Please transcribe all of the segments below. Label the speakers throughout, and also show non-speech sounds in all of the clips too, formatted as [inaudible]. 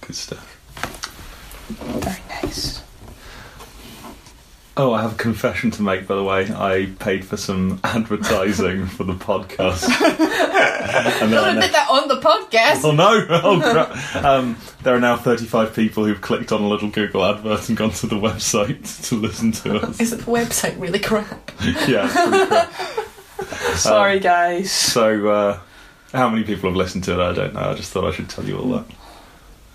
Speaker 1: good stuff.
Speaker 2: Very nice.
Speaker 1: Oh, I have a confession to make, by the way. I paid for some [laughs] advertising for the [laughs] podcast. and
Speaker 2: Don't
Speaker 1: there are
Speaker 2: admit
Speaker 1: now,
Speaker 2: that on the podcast.
Speaker 1: oh no! [laughs] Oh, crap. Um, there are now 35 people who've clicked on a little Google advert and gone to the website [laughs] to listen to us.
Speaker 2: Is the website really crap?
Speaker 1: yeah, it's pretty crap. Um,
Speaker 3: Sorry, guys.
Speaker 1: So, uh, how many people have listened to it? I don't know. I just thought I should tell you all that.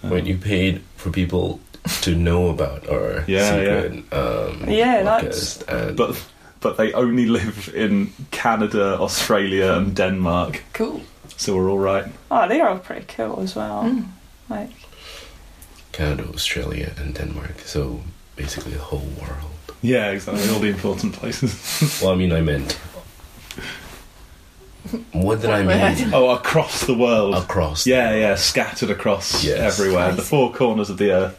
Speaker 4: When you paid for people to know about our
Speaker 1: Um, [laughs] Yeah,
Speaker 4: secret Um,
Speaker 3: Yeah, that's-
Speaker 4: podcast, and
Speaker 1: Um, But but they only live in Canada, Australia, and Denmark,
Speaker 2: Cool.
Speaker 1: so we're all right.
Speaker 3: Oh, they are all pretty cool as well.
Speaker 2: Mm.
Speaker 3: Like,
Speaker 4: Canada, Australia, and Denmark. So basically, the whole world.
Speaker 1: Yeah, exactly. All the important places.
Speaker 4: Well, I mean, I meant. What did I mean?
Speaker 1: oh, across the world.
Speaker 4: Across.
Speaker 1: Yeah, yeah, scattered across
Speaker 4: Yes.
Speaker 1: everywhere, the four corners of the earth,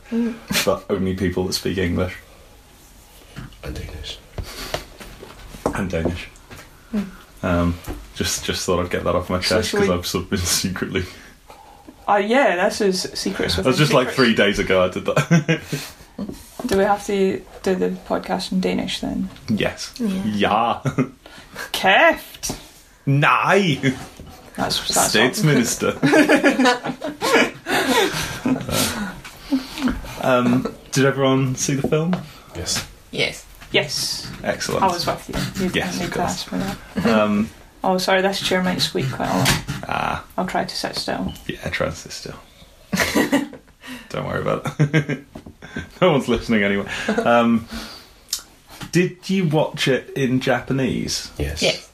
Speaker 1: but only people that speak English
Speaker 4: And Danish.
Speaker 1: and Danish. Um, just, just thought I'd get that off my
Speaker 3: Hmm. So
Speaker 1: chest
Speaker 3: shall
Speaker 1: because
Speaker 3: we-
Speaker 1: I've sort of been [laughs] secretly.
Speaker 3: oh yeah, this is secrets.
Speaker 1: That was
Speaker 3: within
Speaker 1: just like
Speaker 3: secrets.
Speaker 1: three days ago. I did that. [laughs]
Speaker 3: Do we have to do the podcast in Danish then?
Speaker 1: yes.
Speaker 2: Yeah.
Speaker 1: Yeah.
Speaker 3: Keft.
Speaker 1: Nej.
Speaker 3: That's that's
Speaker 1: States
Speaker 3: [laughs]
Speaker 1: Minister. um, did everyone see the film?
Speaker 4: Yes.
Speaker 2: Yes.
Speaker 3: Yes,
Speaker 1: Excellent.
Speaker 3: I was with you. You
Speaker 1: Yes,
Speaker 3: didn't need
Speaker 1: of
Speaker 3: to
Speaker 1: course.
Speaker 3: ask for that.
Speaker 1: Um,
Speaker 3: Oh, sorry, this chair might squeak quite a lot.
Speaker 1: ah,
Speaker 3: I'll try to sit still.
Speaker 1: yeah, transistor. [laughs] Don't worry about it. [laughs] no one's listening anyway. Um, did you watch it in Japanese?
Speaker 4: Yes.
Speaker 2: Yes.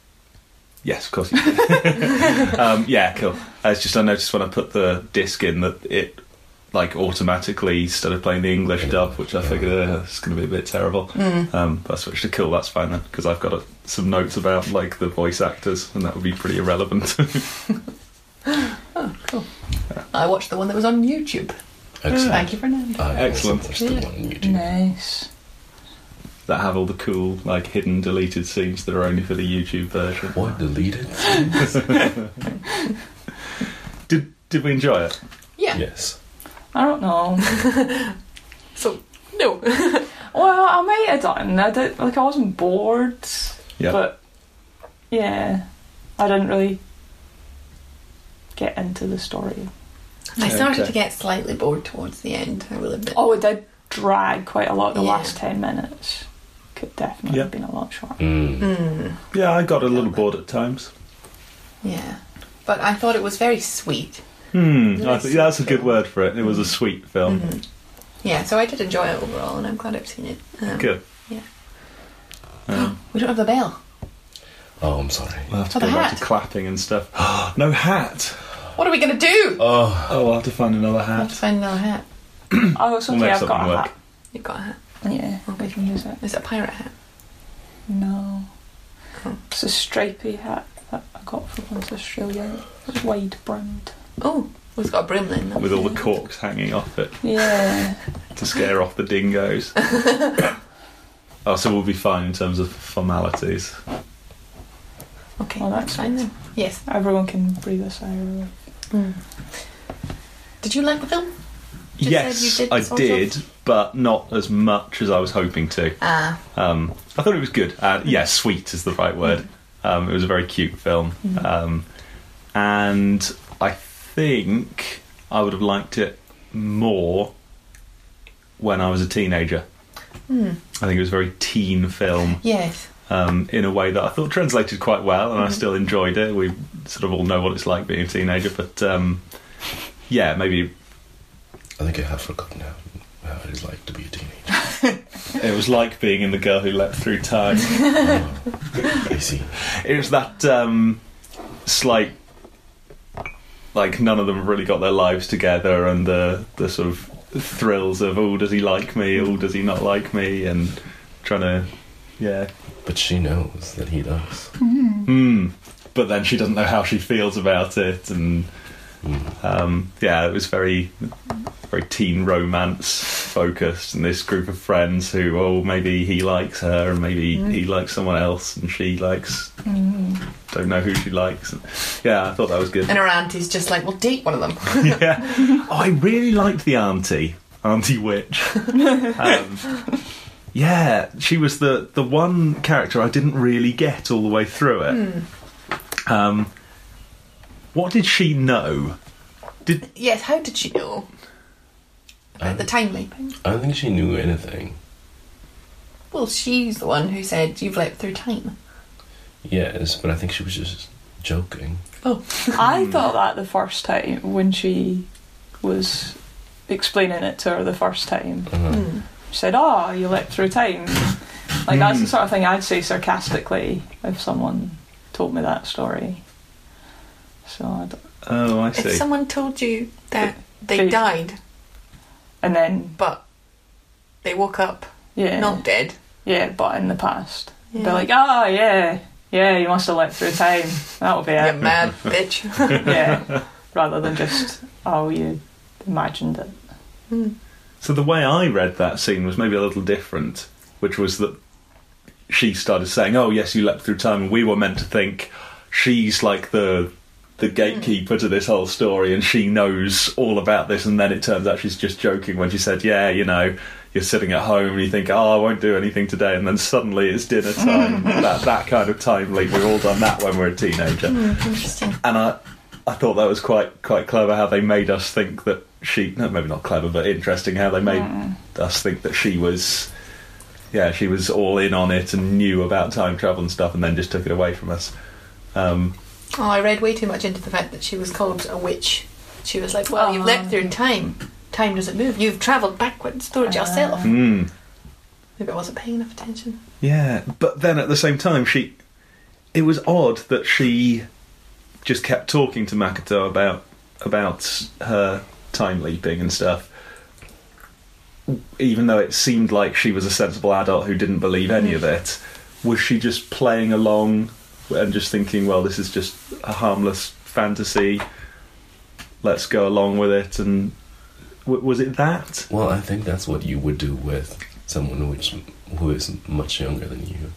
Speaker 1: Yes, of course you did. [laughs] um, yeah, cool. Uh, It's just I noticed when I put the disc in that it like automatically started playing the English dub, which I figured uh, it's going to be a bit terrible.
Speaker 2: Hmm.
Speaker 1: Um, but I switched to cool. That's fine then, because I've got uh some notes about like the voice actors, and that would be pretty irrelevant. [laughs]
Speaker 2: Oh, cool. I watched the one that was on YouTube.
Speaker 4: Excellent. Uh,
Speaker 2: Thank you, Fernando.
Speaker 4: I
Speaker 1: Excellent.
Speaker 4: also watched the
Speaker 2: Yeah.
Speaker 4: one on YouTube.
Speaker 3: Nice.
Speaker 1: that have all the cool like hidden deleted scenes that are only for the YouTube version.
Speaker 4: What deleted?
Speaker 1: Did did we enjoy it?
Speaker 2: Yeah.
Speaker 4: yes.
Speaker 3: I
Speaker 1: [laughs]
Speaker 3: don't know.
Speaker 2: So no.
Speaker 3: Well, I might have done. I did like I wasn't bored,
Speaker 1: Yeah.
Speaker 3: but yeah, I didn't really get into the story.
Speaker 2: I started
Speaker 1: Okay.
Speaker 2: to get slightly bored towards the end. I will admit.
Speaker 3: Oh, it did drag quite a lot. The
Speaker 2: Yeah.
Speaker 3: last ten minutes could definitely
Speaker 1: Yeah.
Speaker 3: have been a lot shorter.
Speaker 4: Mm.
Speaker 2: Mm,
Speaker 1: Yeah, I got a little bored at times.
Speaker 2: yeah. But I thought it was very sweet.
Speaker 1: Hmm, I
Speaker 2: Nice.
Speaker 1: think that's a good word for it. It was a sweet film.
Speaker 2: Mhm. Yeah. So I did enjoy it overall, and I'm glad I've seen it. Um,
Speaker 1: Good.
Speaker 2: Yeah.
Speaker 1: Um,
Speaker 2: We don't have the bell.
Speaker 4: Oh, I'm sorry.
Speaker 1: [gasps] we'll have to
Speaker 2: Oh, the
Speaker 1: go back
Speaker 2: hat.
Speaker 1: to clapping and stuff. [gasps] no hat.
Speaker 2: What are we gonna do?
Speaker 4: Oh,
Speaker 1: Oh, I'll have to find another
Speaker 2: I have to
Speaker 1: hat.
Speaker 2: find another hat.
Speaker 3: Oh, it's
Speaker 1: We'll
Speaker 3: okay.
Speaker 1: make
Speaker 3: I've got
Speaker 1: something
Speaker 3: a
Speaker 1: work.
Speaker 3: hat.
Speaker 2: You've got a hat.
Speaker 3: Yeah,
Speaker 2: Okay.
Speaker 3: we can use it.
Speaker 2: Is it a pirate hat?
Speaker 3: No,
Speaker 2: Oh.
Speaker 3: it's a stripy hat that I got from Australia. It's wide brimmed.
Speaker 2: Oh, well, it's got a brim then. though.
Speaker 1: With all the corks hanging off it
Speaker 3: Yeah.
Speaker 1: to scare off the
Speaker 2: [laughs]
Speaker 1: dingoes. oh, so we'll be fine in terms of formalities.
Speaker 2: Okay,
Speaker 3: Well,
Speaker 2: that's
Speaker 3: Oh, that's
Speaker 2: fine then. Yes.
Speaker 3: Everyone can breathe a sigh of relief.
Speaker 2: Hmm. Did you like the film? Just said
Speaker 1: yes,
Speaker 2: you did
Speaker 1: I
Speaker 2: sort
Speaker 1: did, but not as much as I was hoping to.
Speaker 2: Ah,
Speaker 1: Um, I thought it was good. Uh, yeah, sweet is the right word. Um, it was a very cute film.
Speaker 2: Hmm.
Speaker 1: Um, and I think I would have liked it more when I was a teenager.
Speaker 2: Hmm.
Speaker 1: I think it was a very teen film
Speaker 2: yes.
Speaker 1: um, in a way that I thought translated quite well, and I still enjoyed it. We sort of all know what it's like being a teenager, but um, yeah, maybe
Speaker 4: I think I have forgotten how, how it is like to be
Speaker 2: [laughs]
Speaker 4: a teenager.
Speaker 1: it was like being in The Girl Who Leapt Through Time.
Speaker 4: Oh, I see.
Speaker 1: It was that um, slight, like none of them have really got their lives together, and the the sort of thrills of oh, does he like me? Oh, does he not like me? And trying to, yeah.
Speaker 4: But she knows that he does.
Speaker 1: Hmm. But then she doesn't know how she feels about it, and
Speaker 4: Mm.
Speaker 1: Um, yeah, it was very, very teen romance focused, and this group of friends who, oh, maybe he likes her, and maybe
Speaker 3: Mm.
Speaker 1: he likes someone else, and she likes,
Speaker 3: Mm.
Speaker 1: don't know who she likes. And, yeah, I thought that was good.
Speaker 2: And her auntie's just like, well, date one of them.
Speaker 1: yeah, oh, I really liked the auntie, Auntie Witch. um, yeah, she was the the one character I didn't really get all the way through it. Um, what did she know?
Speaker 2: yes, how did she know?
Speaker 4: I,
Speaker 2: About the time leap.
Speaker 4: I don't think she knew anything.
Speaker 2: Well, she's the one who said, you've leapt through time.
Speaker 4: Yes, but I think she was just joking.
Speaker 2: Oh.
Speaker 3: I thought that the first time when she was explaining it to her the first time.
Speaker 4: Uh-huh.
Speaker 2: Hmm.
Speaker 3: She said, Oh, you leapt through time. Like, that's the
Speaker 1: Mm.
Speaker 3: sort of thing I'd say sarcastically if someone told me that story. So, I d-
Speaker 1: Oh, I
Speaker 2: If
Speaker 1: see.
Speaker 2: someone told you that they
Speaker 3: They-
Speaker 2: died,
Speaker 3: and then,
Speaker 2: but they woke up
Speaker 3: yeah.
Speaker 2: not dead.
Speaker 3: Yeah, but in the past.
Speaker 2: Yeah.
Speaker 3: They're like, Oh, yeah, yeah, you must have leapt through time. That'll be
Speaker 2: You're
Speaker 3: it.
Speaker 2: mad, bitch.
Speaker 1: [laughs]
Speaker 3: yeah. Rather than just, Oh, you imagined it.
Speaker 2: Mm.
Speaker 1: So the way I read that scene was maybe a little different, which was that she started saying, "Oh yes, you leapt through time," and we were meant to think she's like the the gatekeeper to this whole story, and she knows all about this. And then it turns out she's just joking when she said, "Yeah, you know." You're sitting at home and you think, "Oh, I won't do anything today," and then suddenly it's dinner time. that that kind of time leap. We've all done that when we're a teenager
Speaker 2: Interesting.
Speaker 1: and I, I thought that was quite quite clever how they made us think that she no maybe not clever but interesting how they made us think that she was yeah she was all in on it and knew about time travel and stuff and then just took it away from us um,
Speaker 2: Oh, I read way too much into the fact that she was called a witch. She was like, well, you've
Speaker 3: Oh.
Speaker 2: leapt through time. Time doesn't move. You've travelled backwards towards
Speaker 3: Ah.
Speaker 2: yourself.
Speaker 1: mm.
Speaker 2: Maybe I wasn't paying enough attention.
Speaker 1: Yeah, but then at the same time, she. It was odd that she just kept talking to Makoto about about her time leaping and stuff. Even though it seemed like she was a sensible adult who didn't believe any of it, was she just playing along and just thinking, "Well, this is just a harmless fantasy. Let's go along with it." And w- was it that?
Speaker 4: Well, I think that's what you would do with someone which who is much younger than you.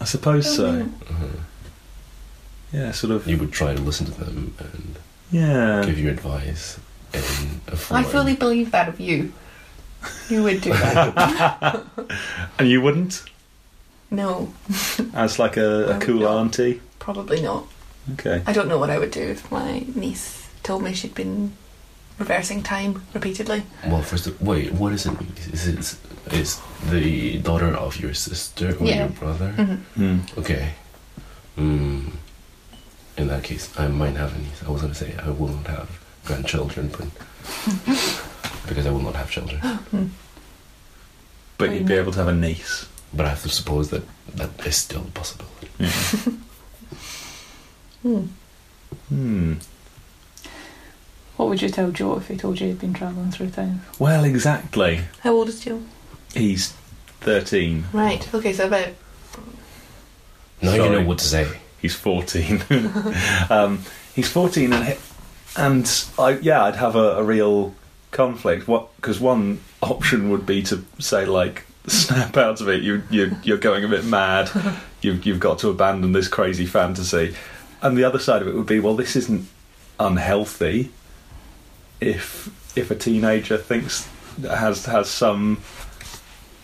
Speaker 1: I suppose
Speaker 2: Um,
Speaker 1: so.
Speaker 4: Uh-huh.
Speaker 1: Yeah, sort of.
Speaker 4: You would try to listen to them and
Speaker 1: Yeah.
Speaker 4: give your advice in a form.
Speaker 2: I fully believe that of you. You would do that.
Speaker 1: And you wouldn't?
Speaker 2: no,
Speaker 1: As Ah, like a, a cool auntie?
Speaker 2: probably not.
Speaker 1: Okay.
Speaker 2: I don't know what I would do if my niece told me she'd been reversing time repeatedly.
Speaker 4: Well, first, of, wait. What is it? mean? Is it is the daughter of your sister or
Speaker 2: Yeah.
Speaker 4: your brother?
Speaker 2: Mm-hmm.
Speaker 1: Hmm.
Speaker 4: Okay. Mm. In that case, I might have a niece. I was gonna say I will not have grandchildren, [laughs] but because I will not have children.
Speaker 1: But you'd be able to have a niece.
Speaker 4: But I have to suppose that that is still a possibility.
Speaker 1: Hmm.
Speaker 3: What would you tell Joe if he told you he'd been travelling through time?
Speaker 1: Well, exactly.
Speaker 2: How old is Jill?
Speaker 1: He's 13.
Speaker 2: Right. Okay, so about
Speaker 4: Now you know
Speaker 1: Sorry.
Speaker 4: what to say.
Speaker 1: He's [laughs] 14. um, he's 14 and he- and I yeah, I'd have a, a real conflict. What cuz one option would be to say like [laughs] snap out of it. You you you're going a bit mad. You you've got to abandon this crazy fantasy. And the other side of it would be well this isn't unhealthy if if a teenager thinks has has some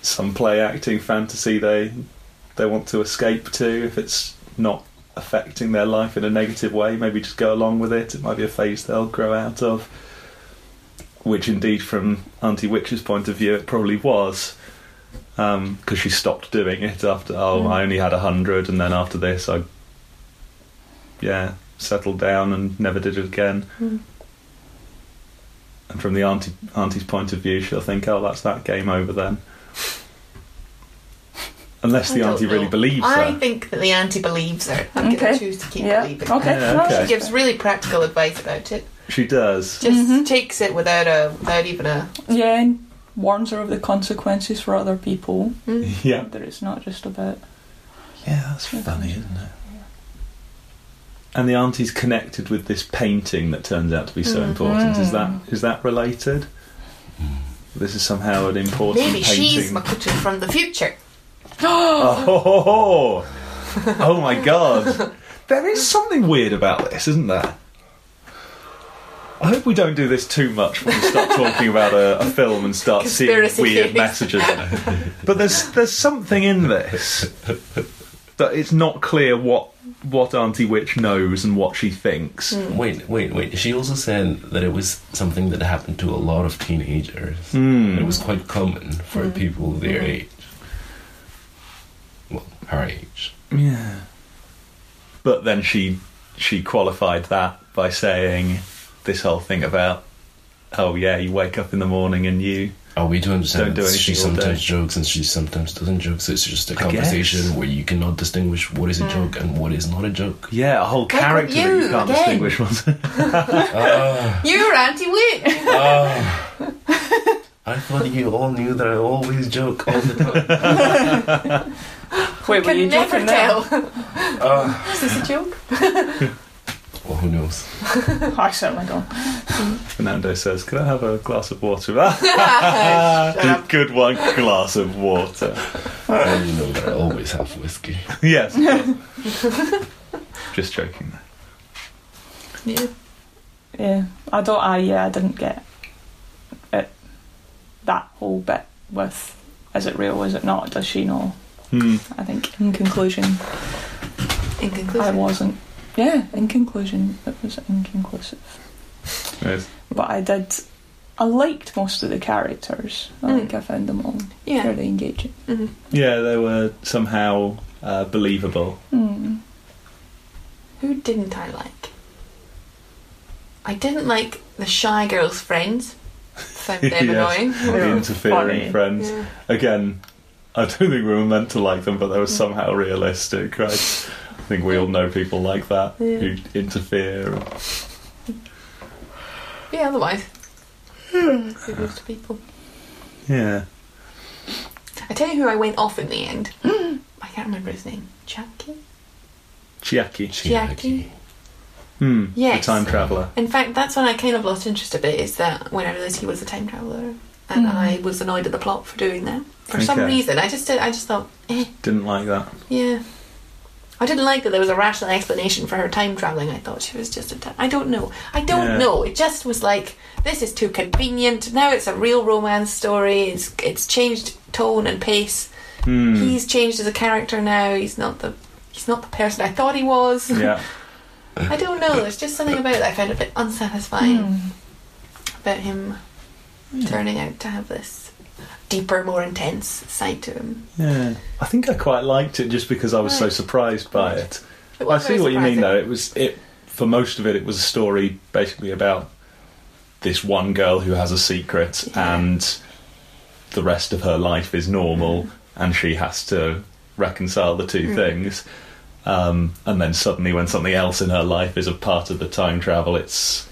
Speaker 1: some play acting fantasy they they want to escape to if it's not affecting their life in a negative way maybe just go along with it it might be a phase they'll grow out of which indeed from auntie witch's point of view it probably was because she stopped doing it after oh
Speaker 2: Mm.
Speaker 1: i only had a hundred and then after this i yeah settled down and never did it again
Speaker 2: Mm.
Speaker 1: and from the auntie auntie's point of view she'll think oh that's that game over then unless
Speaker 2: I
Speaker 1: the
Speaker 2: don't
Speaker 1: auntie really
Speaker 2: know.
Speaker 1: believes
Speaker 2: I
Speaker 1: her
Speaker 2: think that the auntie believes her. I'm going
Speaker 3: Okay.
Speaker 2: to choose to keep
Speaker 3: Yeah.
Speaker 2: believing.
Speaker 3: Okay.
Speaker 1: Yeah,
Speaker 3: no,
Speaker 1: okay.
Speaker 2: She
Speaker 3: that's
Speaker 2: gives
Speaker 3: fair.
Speaker 2: really practical advice about it.
Speaker 1: she does
Speaker 2: Just
Speaker 3: Mhm.
Speaker 2: takes it without a without even a.
Speaker 3: Yeah, and warns her of the consequences for other people.
Speaker 2: Mm.
Speaker 1: yeah
Speaker 3: That it's not just about.
Speaker 1: Yeah, that's
Speaker 3: Yeah.
Speaker 1: funny, isn't it? and the auntie's connected with this painting that turns out to be so important. Is that
Speaker 2: Mm-hmm.
Speaker 1: is that related? This is somehow an important
Speaker 2: Maybe
Speaker 1: painting.
Speaker 2: she's Makoto from the future.
Speaker 1: Oh, ho, ho, ho. Oh [laughs] my god. There is something weird about this, isn't there? I hope we don't do this too much when we
Speaker 2: [laughs]
Speaker 1: start talking about a, a film and start
Speaker 2: Conspiracy
Speaker 1: seeing weird
Speaker 2: theories.
Speaker 1: messages. in it. But there's there's something in this that it's not clear what what Auntie Witch knows and what she thinks.
Speaker 2: Mm.
Speaker 4: Wait, wait, wait. She also said that it was something that happened to a lot of teenagers.
Speaker 1: Hmm.
Speaker 4: It was quite common for people their age. Well, her age.
Speaker 1: Yeah. But then she she qualified that by saying this whole thing about oh yeah, you wake up in the morning and you
Speaker 4: Are Oh, we to
Speaker 1: Don't
Speaker 4: understand
Speaker 1: do
Speaker 4: that she
Speaker 1: anything all
Speaker 4: sometimes
Speaker 1: day.
Speaker 4: jokes and she sometimes doesn't joke? So it's just a
Speaker 1: I guess.
Speaker 4: conversation where you cannot distinguish what is a joke and what is not
Speaker 1: [laughs]
Speaker 4: a joke.
Speaker 1: Yeah, a whole
Speaker 2: Wake up
Speaker 1: character that
Speaker 2: you
Speaker 1: you can't
Speaker 2: again.
Speaker 1: distinguish one's
Speaker 4: Ah,
Speaker 2: You're Auntie Witch!
Speaker 4: ah. [laughs] I thought you all knew that I always joke all the time.
Speaker 3: Wait, were
Speaker 2: Can
Speaker 3: you
Speaker 2: never
Speaker 3: joking there? [laughs]
Speaker 2: tell.
Speaker 4: Ah.
Speaker 2: Is this a joke?
Speaker 4: well, who knows?
Speaker 3: Oh, I certainly don't.
Speaker 1: [laughs] Fernando says, Can I have a glass of
Speaker 2: [laughs]
Speaker 1: water? [laughs] Good one, glass of water. [laughs]
Speaker 4: And you know that I always have whiskey.
Speaker 2: [laughs]
Speaker 1: yes. of course. Just joking there.
Speaker 2: Yeah.
Speaker 3: Yeah, I don't. I yeah, I didn't get it. That whole bit with is it real? Is it not? Does she know?
Speaker 1: Hmm.
Speaker 3: I think in conclusion,
Speaker 2: In
Speaker 3: I
Speaker 2: conclusion.
Speaker 3: wasn't. Yeah, in conclusion, it was inconclusive.
Speaker 1: Yes.
Speaker 3: But I did. I liked most of the characters. I
Speaker 2: Mm.
Speaker 3: think I found them all
Speaker 2: Yeah.
Speaker 3: fairly engaging.
Speaker 2: hmm
Speaker 1: Yeah, they were somehow uh, believable.
Speaker 3: Mm.
Speaker 2: Who didn't I like? I didn't like the shy girl's friends. Found them
Speaker 1: Yes.
Speaker 2: annoying.
Speaker 1: The
Speaker 3: Yeah.
Speaker 1: interfering
Speaker 3: Funny.
Speaker 1: friends.
Speaker 2: Yeah.
Speaker 1: Again, I don't think we were meant to like them, but they were
Speaker 2: Mm.
Speaker 1: somehow realistic, right? I think we all know people like that
Speaker 2: Yeah.
Speaker 1: who interfere.
Speaker 2: yeah, otherwise. Good with the people.
Speaker 1: Yeah.
Speaker 2: I tell you who I went off in the end. I can't remember his name. Jackie?
Speaker 1: Chiaki.
Speaker 2: Chiaki.
Speaker 1: Hmm.
Speaker 2: Yes.
Speaker 1: The time traveller.
Speaker 2: In fact, that's when I kind of lost interest a bit, is that when I realised he was a time traveller. And
Speaker 3: Mm.
Speaker 2: I was annoyed at the plot for doing that. For some
Speaker 1: Okay.
Speaker 2: reason, I just did, I just thought, eh,
Speaker 1: Didn't like that.
Speaker 2: yeah. I didn't like that there was a rational explanation for her time travelling. I thought she was just a time. I don't know. I don't
Speaker 1: Yeah.
Speaker 2: know. It just was like, this is too convenient. Now it's a real romance story. It's, it's changed tone and pace.
Speaker 1: Hmm.
Speaker 2: He's changed as a character now. He's not the. He's not the person I thought he was.
Speaker 1: yeah.
Speaker 2: I don't know. There's just something about it I found a bit unsatisfying
Speaker 3: Mm.
Speaker 2: about him turning out to have this deeper, more intense side to him.
Speaker 1: [laughs] Yeah. I think I quite liked it just because I was so
Speaker 2: Right.
Speaker 1: surprised by it. I
Speaker 2: It was
Speaker 1: see
Speaker 2: very
Speaker 1: what you mean
Speaker 2: surprising.
Speaker 1: though. It was it for most of it it was a story basically about this one girl who has a secret
Speaker 2: Yeah.
Speaker 1: and the rest of her life is normal and she has to reconcile the two
Speaker 2: Mm-hmm. Mm.
Speaker 1: things. Um, and then suddenly when something else in her life is a part of the time travel it's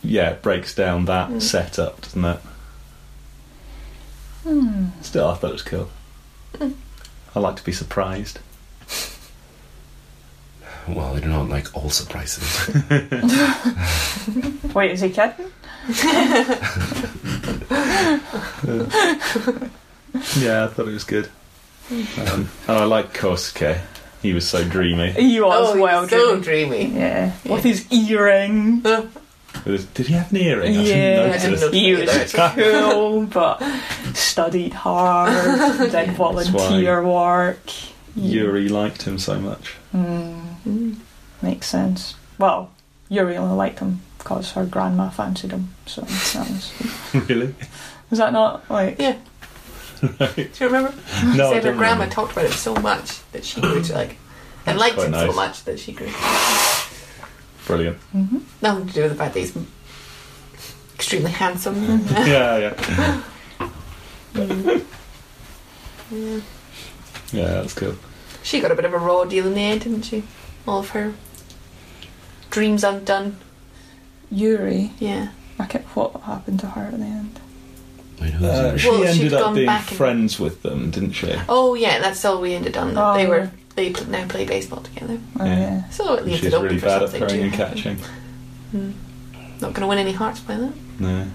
Speaker 1: yeah, it breaks down that
Speaker 2: Mm.
Speaker 1: setup, doesn't it?
Speaker 3: Hmm.
Speaker 1: Still, I thought it was cool.
Speaker 2: Mm.
Speaker 1: I like to be surprised.
Speaker 4: Well, I do not like all surprises.
Speaker 3: Wait, is he kidding?
Speaker 1: Yeah, I thought it was good. Um, and I like Kosuke. He was so dreamy.
Speaker 3: He was
Speaker 2: Oh,
Speaker 3: well
Speaker 2: well, so
Speaker 3: drilled.
Speaker 2: dreamy.
Speaker 3: Yeah.
Speaker 2: Yeah.
Speaker 3: with his earring.
Speaker 2: Uh,
Speaker 1: With his- Did he have an earring? I
Speaker 3: Yeah.
Speaker 1: didn't
Speaker 2: I didn't
Speaker 1: notice.
Speaker 2: notice.
Speaker 3: He was
Speaker 2: [laughs]
Speaker 3: cool, but studied hard, did volunteer work.
Speaker 1: Yuri liked him so much. [laughs]
Speaker 3: Mm,
Speaker 2: mm.
Speaker 3: makes sense. Well, Yuri only liked him because her grandma fancied him, so that was.
Speaker 1: really?
Speaker 3: Is that not like?
Speaker 2: Yeah. Do you remember?
Speaker 1: No, I
Speaker 2: Said her
Speaker 1: don't
Speaker 2: grandma
Speaker 1: remember.
Speaker 2: talked about him so much that she grew to like, and liked
Speaker 1: quite
Speaker 2: him so
Speaker 1: nice.
Speaker 2: much that she grew. [laughs]
Speaker 1: Brilliant.
Speaker 3: hmm
Speaker 2: Nothing to do with the fact that he's
Speaker 1: [laughs]
Speaker 2: extremely handsome.
Speaker 1: Yeah, yeah. Mm-hmm.
Speaker 2: Yeah.
Speaker 1: Yeah, that's cool.
Speaker 2: She got a bit of a raw deal in the end, didn't she? All of her dreams undone.
Speaker 3: Yuri,
Speaker 2: Yeah.
Speaker 3: I kept what happened to her at the end.
Speaker 4: Wait, who's
Speaker 1: Uh,
Speaker 4: yours?
Speaker 1: she
Speaker 2: Well, she'd
Speaker 1: ended
Speaker 2: gone
Speaker 1: up being
Speaker 2: back and-
Speaker 1: friends with them, didn't she?
Speaker 2: Oh yeah, that's all we ended on. That
Speaker 3: Oh,
Speaker 2: they were they pl- now play baseball together.
Speaker 3: Oh,
Speaker 1: Yeah.
Speaker 3: yeah.
Speaker 2: So it leaves
Speaker 1: She's
Speaker 2: it open
Speaker 1: really
Speaker 2: for
Speaker 1: bad at
Speaker 2: something to
Speaker 1: throwing and
Speaker 2: happen.
Speaker 1: catching.
Speaker 2: Mm. Not going to win any hearts by that.
Speaker 1: No.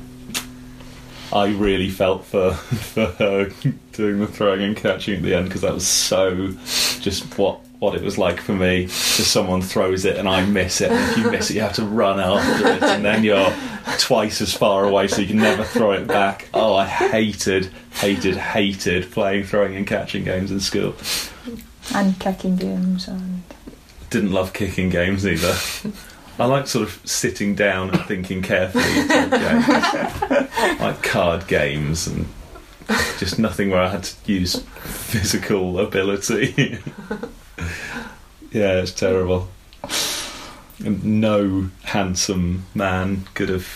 Speaker 1: I really felt for [laughs] for her doing the throwing and catching at the end because that was so just what what it was like for me. Just someone throws it and I miss it. And if you miss it, you have to run after it, and then you're twice as far away, so you can never throw it back. Oh, I hated, hated, hated playing throwing and catching games in school.
Speaker 3: And kicking games and
Speaker 1: Didn't love kicking games either. [laughs] I like sort of sitting down and thinking carefully. type games. like card games and just nothing where I had to use physical ability. [laughs] yeah, it's terrible. And no handsome man could have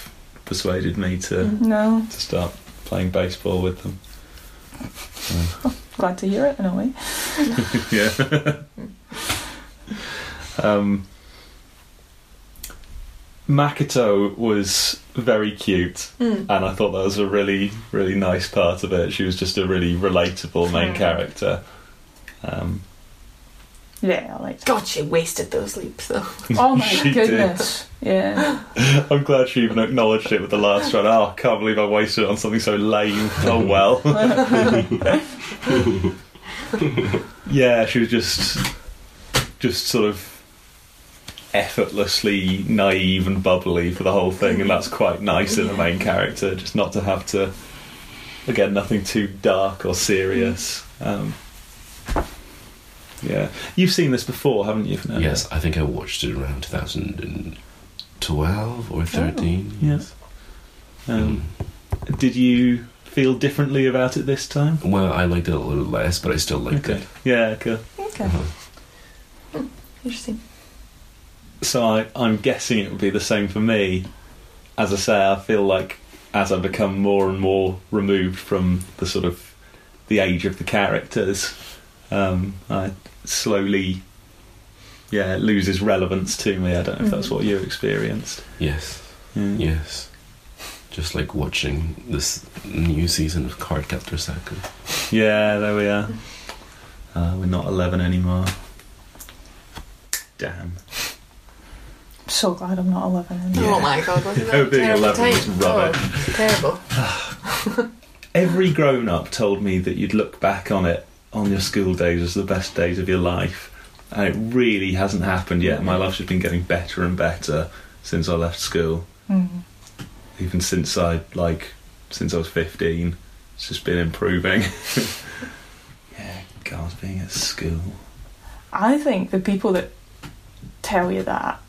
Speaker 1: persuaded me
Speaker 3: Mm.
Speaker 1: to,
Speaker 3: no,
Speaker 1: to start playing baseball with them.
Speaker 3: glad to hear it in a way.
Speaker 1: yeah. [laughs] um, Makoto was very cute,
Speaker 2: Mm.
Speaker 1: and I thought that was a really, really nice part of it. She was just a really relatable main
Speaker 2: Mm.
Speaker 1: character. Um,
Speaker 3: Yeah, I
Speaker 1: [laughs]
Speaker 3: liked. It.
Speaker 2: God, she wasted those leaps though.
Speaker 3: Oh my
Speaker 1: She did.
Speaker 3: goodness!
Speaker 1: [laughs]
Speaker 3: Yeah, [laughs]
Speaker 1: I'm glad she even acknowledged it with the last one. Oh, I can't believe I wasted it on something so lame. Oh well. Yeah, she was just just sort of effortlessly naive and bubbly for the whole thing, and that's quite nice in the main character, just not to have to again nothing too dark or serious. Um, yeah, you've seen this before, haven't you? Fernando?
Speaker 4: Yes, I think I watched it around 2012 or Hmm. 13.
Speaker 1: Yes. Um, Did you feel differently about it this time?
Speaker 4: Mm. Well, I liked it a little less, but I still liked
Speaker 1: Okay.
Speaker 4: it.
Speaker 1: Yeah. Cool.
Speaker 3: okay.
Speaker 4: Uh-huh.
Speaker 2: Interesting.
Speaker 1: So I, I'm guessing it would be the same for me. As I say, I feel like as I become more and more removed from the sort of the age of the characters, um, I slowly, yeah, it loses relevance to me. I don't know if that's
Speaker 2: Mhm.
Speaker 1: what you experienced.
Speaker 4: Yes,
Speaker 1: Yeah.
Speaker 4: yes. Just like watching this new season of Cardcaptor Sakura.
Speaker 1: Yeah, there we are. Uh, we're not 11 anymore. Damn.
Speaker 3: I'm so glad I'm not 11 anymore.
Speaker 1: Yeah.
Speaker 2: Oh my
Speaker 1: [laughs]
Speaker 2: god, wasn't that
Speaker 1: Oh,
Speaker 2: a
Speaker 1: being
Speaker 2: terrible
Speaker 1: 11 was
Speaker 2: time?
Speaker 1: rubbish.
Speaker 2: Oh, terrible.
Speaker 1: Every grown up told me that you'd look back on it on your school days as the best days of your life. And it really hasn't happened yet. My life's just been getting better and better since I left school.
Speaker 3: Mm.
Speaker 1: Even since I like since I was fifteen. It's just been improving. [laughs] yeah, God being at school.
Speaker 3: I think the people that tell you that,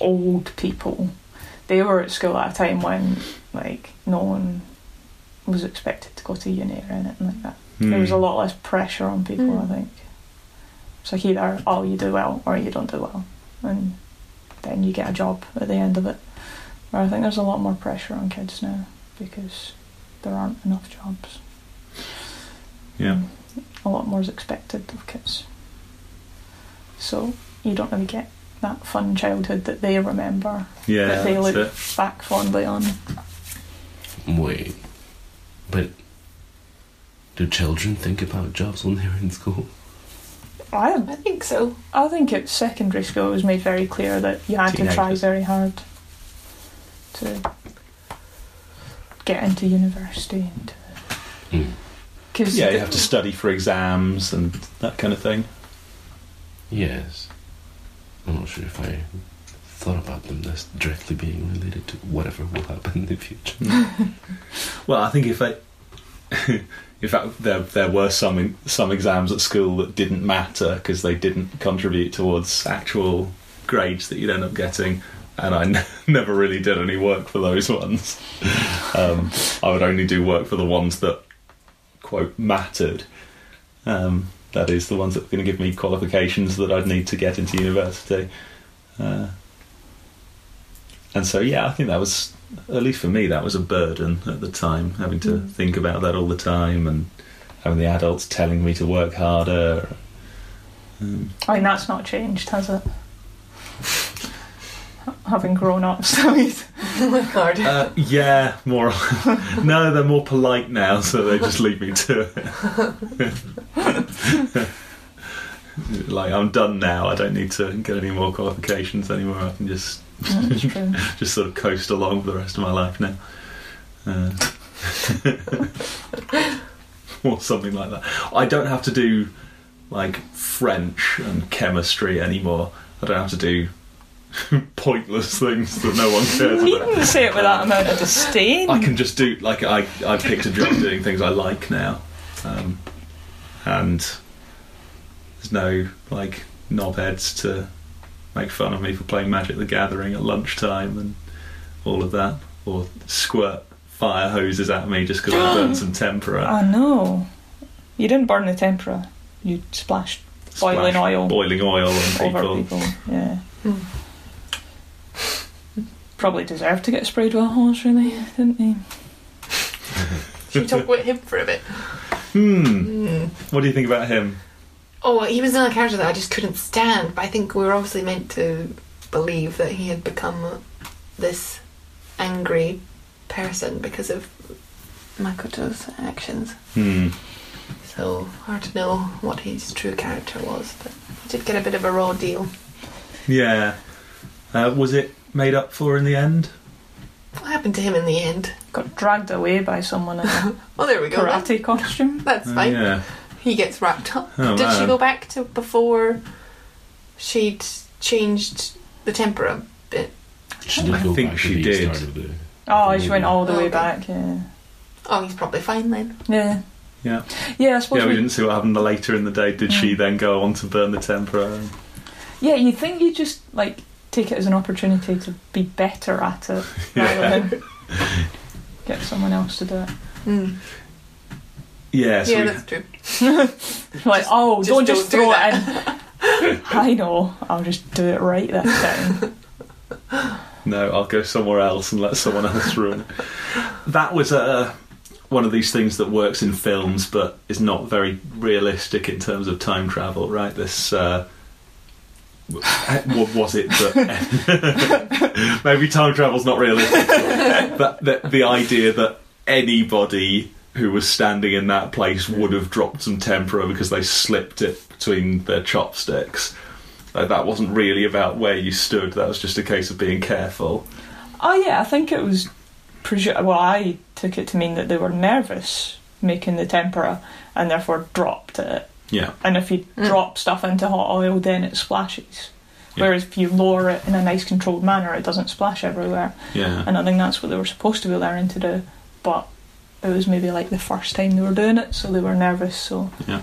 Speaker 3: old people, they were at school at a time when like no one was expected to go to uni or anything like that. There was a
Speaker 1: Hmm.
Speaker 3: lot less pressure on people,
Speaker 2: Mm.
Speaker 3: I think. It's like either oh you do well or you don't do well, and then you get a job at the end of it. But I think there's a lot more pressure on kids now because there aren't enough jobs.
Speaker 1: Yeah.
Speaker 3: A lot more is expected of kids. So you don't really get that fun childhood that they remember
Speaker 1: Hmm. Yeah.
Speaker 3: that they
Speaker 1: that's
Speaker 3: look back fondly on.
Speaker 4: Wait, but do children think about jobs when they're in school?
Speaker 3: I
Speaker 2: I think so. [laughs]
Speaker 3: I think at secondary school it was made very clear that you had to try
Speaker 1: Teenagers.
Speaker 3: very hard to get into university and
Speaker 4: Mm.
Speaker 1: it.
Speaker 3: because
Speaker 1: Yeah, you have to study for exams and that kind of thing.
Speaker 4: Yes. I'm not sure if I thought about them as directly being related to whatever will happen in the future.
Speaker 1: [laughs] Well, I think if I, in fact, there there were some some exams at school that didn't matter because they didn't contribute towards actual grades that you'd end up getting, and I [laughs] n- never really did any work for those ones. [laughs] Um, I would only do work for the ones that quote mattered. Um, that is the ones that were going to give me qualifications that I'd need to get into university. Uh, and so, yeah, I think that was at least for me, that was a burden at the time, having to
Speaker 3: Mm.
Speaker 1: think about that all the time and having the adults telling me to work harder. Um,
Speaker 3: I mean that's not changed, has it? [laughs] Having grown up, [laughs] so he's
Speaker 2: Oh my god.
Speaker 1: uh, yeah, more. [laughs] no, they're more polite now, so they just leave me to it. [laughs] Like I'm done now. I don't need to get any more qualifications anymore. I can just
Speaker 3: No,
Speaker 1: [laughs]
Speaker 3: that's true.
Speaker 1: just sort of coast along for the rest of my life now, uh, [laughs] or something like that. I don't have to do like French and chemistry anymore. I don't have to do [laughs] pointless things that no one cares
Speaker 3: You
Speaker 1: about.
Speaker 3: didn't say it with that amount of disdain.
Speaker 1: I can just do like I I picked a job doing things I like now, um, and there's no like knobheads to make fun of me for playing Magic the Gathering at lunchtime and all of that, or squirt fire hoses at me just because I
Speaker 2: [gasps]
Speaker 1: burned some tempera.
Speaker 3: I know. You didn't burn the tempera. You splashed boiling
Speaker 1: Splash
Speaker 3: oil
Speaker 1: boiling oil on
Speaker 3: over
Speaker 1: people.
Speaker 3: people. Yeah.
Speaker 2: Hmm.
Speaker 3: Probably deserved to get sprayed with a hose, really, didn't he?
Speaker 2: Should we talk about him for a bit?
Speaker 1: Hmm.
Speaker 2: Hmm.
Speaker 1: What do you think about him?
Speaker 2: Oh, he was another character that I just couldn't stand. But I think we were obviously meant to believe that he had become this angry person because of Makoto's actions.
Speaker 1: Hmm.
Speaker 2: So hard to know what his true character was, but he did get a bit of a raw deal.
Speaker 1: Yeah. Uh, was it made up for in the end?
Speaker 2: What happened to him in the end?
Speaker 3: Got dragged away by someone in
Speaker 2: [laughs]
Speaker 3: a
Speaker 2: Oh, there we go. That's,
Speaker 3: karate costume.
Speaker 2: that's
Speaker 1: Uh,
Speaker 2: fine.
Speaker 1: yeah.
Speaker 2: He gets wrapped up.
Speaker 1: Oh,
Speaker 2: did she
Speaker 1: man.
Speaker 2: go back to before she'd changed the tempera?
Speaker 4: She did
Speaker 1: I
Speaker 4: go
Speaker 1: think
Speaker 4: back
Speaker 1: she
Speaker 4: to the
Speaker 1: did.
Speaker 4: start of the.
Speaker 3: Oh, she went all the
Speaker 2: Oh,
Speaker 3: way
Speaker 2: okay.
Speaker 3: back. Yeah.
Speaker 2: Oh, he's probably fine then.
Speaker 3: Yeah.
Speaker 1: Yeah.
Speaker 3: Yeah, I suppose.
Speaker 1: Yeah, we
Speaker 3: we-
Speaker 1: didn't see what happened later in the day. Did she then go on to burn the tempera?
Speaker 3: yeah, you think you just like take it as an opportunity to be better at it
Speaker 1: [laughs] Yeah.
Speaker 3: rather than get someone else to do it.
Speaker 2: Mm.
Speaker 1: Yeah, so
Speaker 2: yeah,
Speaker 1: we-
Speaker 2: that's true.
Speaker 3: Like, oh,
Speaker 2: just
Speaker 3: don't
Speaker 2: don't
Speaker 3: just
Speaker 2: do
Speaker 3: throw
Speaker 2: [laughs] that."
Speaker 3: it in. I know. I'll just do it right this time.
Speaker 1: no, I'll go somewhere else and let someone else ruin it. That was uh, one of these things that works in films but is not very realistic in terms of time travel, right? This. Uh, w- what was it that [laughs] maybe time travel's not realistic but the, the idea that anybody who was standing in that place would have dropped some tempera because they slipped it between their chopsticks like that wasn't really about where you stood that was just a case of being careful
Speaker 3: Oh yeah, I think it was. Presu- well, I took it to mean that they were nervous making the tempera and therefore dropped it.
Speaker 1: yeah
Speaker 3: And if you
Speaker 2: Mm.
Speaker 3: drop stuff into hot oil, then it splashes.
Speaker 1: Yeah.
Speaker 3: Whereas if you lower it in a nice controlled manner, it doesn't splash everywhere.
Speaker 1: yeah
Speaker 3: And I think that's what they were supposed to be learning to do, but it was maybe like the first time they were doing it, so they were nervous. So
Speaker 1: Yeah.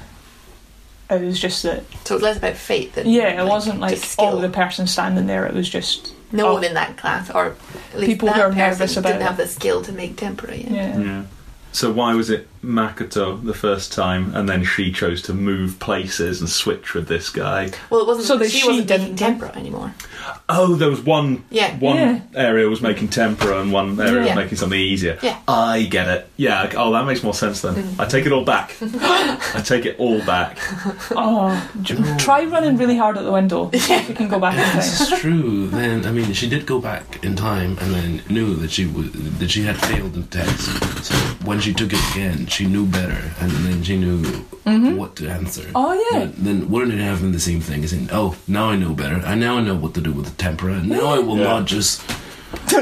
Speaker 3: it was just that.
Speaker 2: So it's less about fate than
Speaker 3: Yeah, it wasn't like
Speaker 2: just skill.
Speaker 3: oh the person standing there. It was just
Speaker 2: no
Speaker 3: oh.
Speaker 2: one in that class or at least
Speaker 3: People
Speaker 2: that
Speaker 3: who are
Speaker 2: person
Speaker 3: nervous about
Speaker 2: didn't
Speaker 3: it.
Speaker 2: have the skill to make tempera. Yet.
Speaker 3: yeah.
Speaker 1: yeah so why was it Makoto the first time and then she chose to move places and switch with this guy
Speaker 2: Well, it wasn't.
Speaker 3: So that
Speaker 2: she,
Speaker 3: she
Speaker 2: wasn't making
Speaker 3: didn't-
Speaker 2: tempera anymore.
Speaker 1: oh there was one
Speaker 2: Yeah.
Speaker 1: one
Speaker 3: Yeah.
Speaker 1: area was making tempera and one area
Speaker 2: Yeah.
Speaker 1: was making something easier.
Speaker 2: Yeah.
Speaker 1: I get it. Yeah. Oh, that makes more sense then. I take it all back. I take it all back.
Speaker 3: Oh, j- try running really hard at the [laughs] window. You can go back in time.
Speaker 4: That's true. Then I mean, she did go back in time, and then knew that she was that she had failed the test. So when she took it again, she knew better, and then she knew what to answer.
Speaker 3: [laughs] Oh yeah.
Speaker 4: But then wouldn't it have been the same thing? As in, oh, now I know better. I now know what to do with the tempera. Now I will
Speaker 1: Yeah.
Speaker 4: not just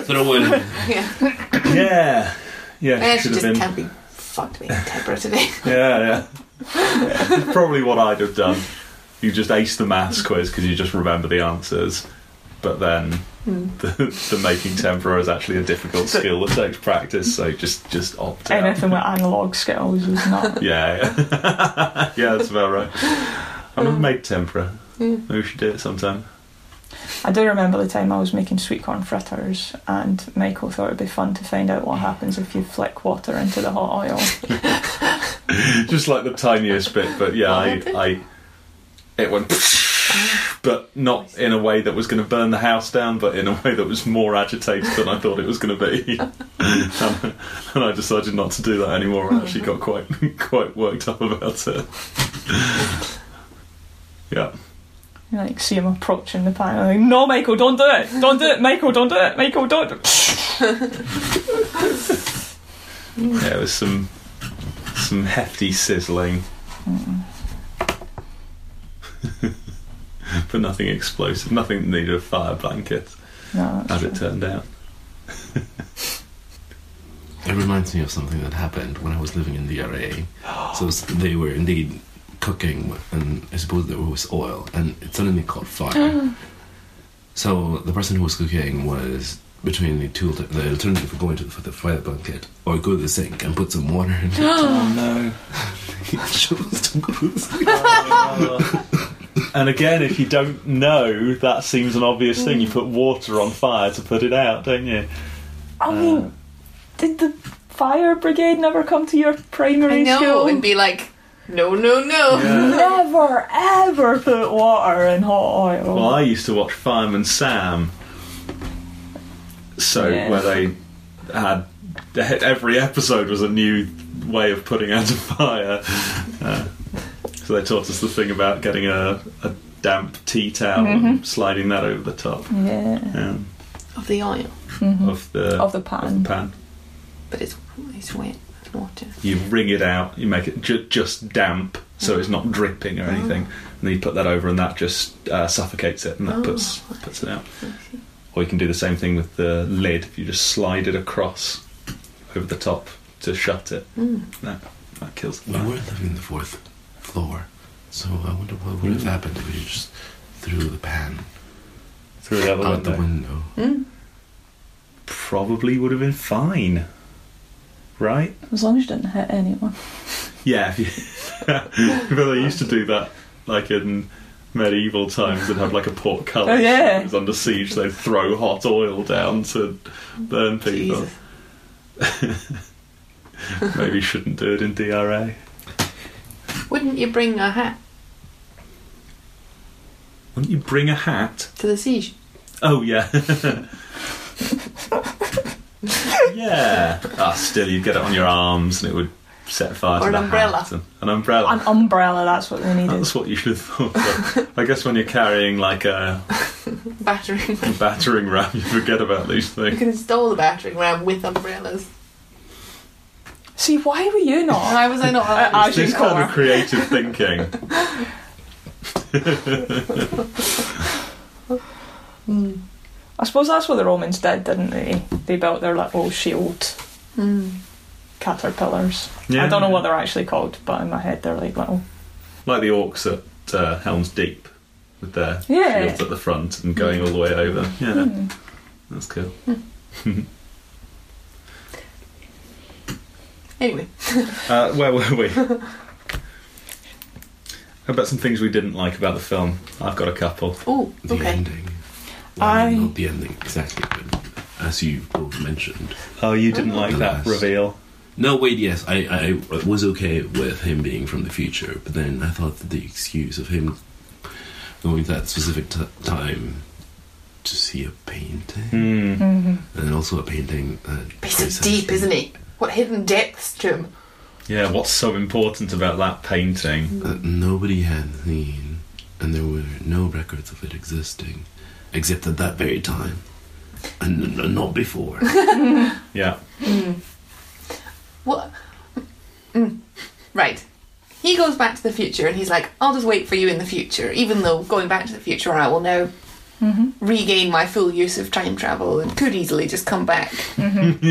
Speaker 4: throw in.
Speaker 2: [laughs] Yeah,
Speaker 1: Yeah. Yeah.
Speaker 2: I
Speaker 1: She
Speaker 2: actually
Speaker 1: should have been.
Speaker 2: just can't be fucked making
Speaker 3: [laughs]
Speaker 2: tempera today.
Speaker 1: Yeah. Yeah. It's Probably what I'd have done. You just ace the maths quiz because you just remember the answers, but then.
Speaker 3: Hmm.
Speaker 1: The, the making tempera is actually a difficult skill that takes practice, so just just opt out.
Speaker 3: Anything with analog skills was not.
Speaker 1: Yeah, [laughs] yeah, yeah, that's about right. I've never made tempera.
Speaker 2: Yeah.
Speaker 1: Maybe we should do it sometime.
Speaker 3: I do remember the time I was making sweet corn fritters, and Michael thought it'd be fun to find out what happens if you flick water into the hot oil.
Speaker 1: Just like the tiniest bit, but yeah, I, I, it went, but not in a way that was going to burn the house down, but in a way that was more agitated than I thought it was going to be. [laughs] and, and I decided not to do that anymore. I actually got quite [laughs] quite worked up about it. yeah.
Speaker 3: You, like see him approaching the pan, I'm like, no, Michael, don't do it, don't do it, Michael, don't do it, Michael, don't. do it."
Speaker 1: Yeah, it was some some hefty sizzling. [laughs] but nothing explosive, nothing that needed a fire blanket,
Speaker 3: No, that's
Speaker 1: as
Speaker 3: true.
Speaker 1: it turned out.
Speaker 4: It reminds me of something that happened when I was living in the RAA. So s- they were indeed cooking, and I suppose there was oil, and it suddenly caught fire. so the person who was cooking was between the two alter- the alternative of going to the, for the fire bucket or go to the sink and put some water in.
Speaker 1: [gasps]
Speaker 4: it. [laughs]
Speaker 1: Oh no.
Speaker 4: he chose to go to the sink.
Speaker 1: and again, if you don't know, that seems an obvious thing. You put water on fire to put it out, don't you?
Speaker 3: I mean, did the fire brigade never come to your primary
Speaker 2: I know,
Speaker 3: school?
Speaker 2: and be like, no, no, no.
Speaker 3: Never ever put water in hot oil.
Speaker 1: Well, I used to watch Fireman Sam. So
Speaker 3: Yeah.
Speaker 1: where they had every episode was a new way of putting out a fire. Uh, so they taught us the thing about getting a, a damp tea towel and sliding that over the top
Speaker 3: Yeah.
Speaker 1: um,
Speaker 2: [laughs] Of the oil,
Speaker 1: of the
Speaker 3: Of the
Speaker 1: of
Speaker 3: pan.
Speaker 1: the pan.
Speaker 2: but it's it's wet with water.
Speaker 1: You wring it out. You make it ju- just damp, so it's not dripping or anything. And then you put that over, and that just uh, suffocates it, and that
Speaker 2: Oh.
Speaker 1: puts puts it out. Or you can do the same thing with the lid. You just slide it across over the top to shut it.
Speaker 2: Mm.
Speaker 1: No, that kills the
Speaker 4: We
Speaker 1: fire.
Speaker 4: were living in the fourth floor, so I wonder what would have happened if we just threw the pan
Speaker 1: Through the other
Speaker 4: out the
Speaker 1: window.
Speaker 4: window.
Speaker 2: Mm.
Speaker 1: Probably would have been fine, right?
Speaker 3: As long as you didn't hit anyone.
Speaker 1: Yeah, [laughs] if you- but they used to do that like in medieval times. They'd have like a portcullis
Speaker 3: Oh, yeah.
Speaker 1: that was under siege. They'd throw hot oil down to burn people.
Speaker 2: Jesus.
Speaker 1: Maybe you shouldn't do it in DRA.
Speaker 2: Wouldn't you bring a hat
Speaker 1: Wouldn't you bring a hat?
Speaker 2: to the siege?
Speaker 1: Oh yeah. [laughs] yeah. Ah, still, you'd get it on your arms and it would set fire
Speaker 2: Or
Speaker 1: to
Speaker 2: an
Speaker 1: the
Speaker 2: umbrella.
Speaker 1: hat and- an umbrella.
Speaker 3: An umbrella, that's what they needed.
Speaker 1: That's what you should have thought. Of. I guess when you're carrying like a
Speaker 2: Battering. [laughs]
Speaker 1: battering ram, [laughs] you forget about these
Speaker 2: You
Speaker 1: things.
Speaker 2: could install the battering ram with umbrellas.
Speaker 3: See, why were you not?
Speaker 2: [laughs] Why was I not
Speaker 3: I-
Speaker 2: allowed?
Speaker 3: I
Speaker 2: to
Speaker 1: This
Speaker 3: should
Speaker 2: do
Speaker 1: kind of
Speaker 2: that?
Speaker 1: creative [laughs] thinking.
Speaker 2: Mm.
Speaker 3: I suppose that's what the Romans did, didn't they? They built their little shield
Speaker 2: Mm.
Speaker 3: caterpillars.
Speaker 1: Yeah.
Speaker 3: I don't know what they're actually called, but in my head they're like little.
Speaker 1: Like the orcs at uh, Helm's Deep with their
Speaker 3: Yeah.
Speaker 1: shields at the front and going all the way over. Yeah,
Speaker 3: Hmm.
Speaker 1: that's cool.
Speaker 2: Anyway,
Speaker 1: Uh, where were we? How about some things we didn't like about the film? I've got a couple.
Speaker 2: oh,
Speaker 4: the
Speaker 2: okay.
Speaker 4: ending. Well, I...
Speaker 3: I-
Speaker 4: mean, not the ending exactly, but as you both mentioned.
Speaker 1: Oh, you didn't like that
Speaker 4: Nice.
Speaker 1: reveal?
Speaker 4: No, wait, yes, I, I was okay with him being from the future, but then I thought that the excuse of him going to that specific t- time to see a painting,
Speaker 1: Hmm.
Speaker 4: and also a painting that.
Speaker 2: But he's so deep, isn't he? What hidden depths to him?
Speaker 1: Yeah, what's so important about that painting?
Speaker 4: That nobody had seen, and there were no records of it existing, except at that very time, and n- n- not before.
Speaker 1: Yeah.
Speaker 2: What? Mm. Right. He goes back to the future and he's like, I'll just wait for you in the future, even though going back to the future, I will now regain my full use of time travel and could easily just come back to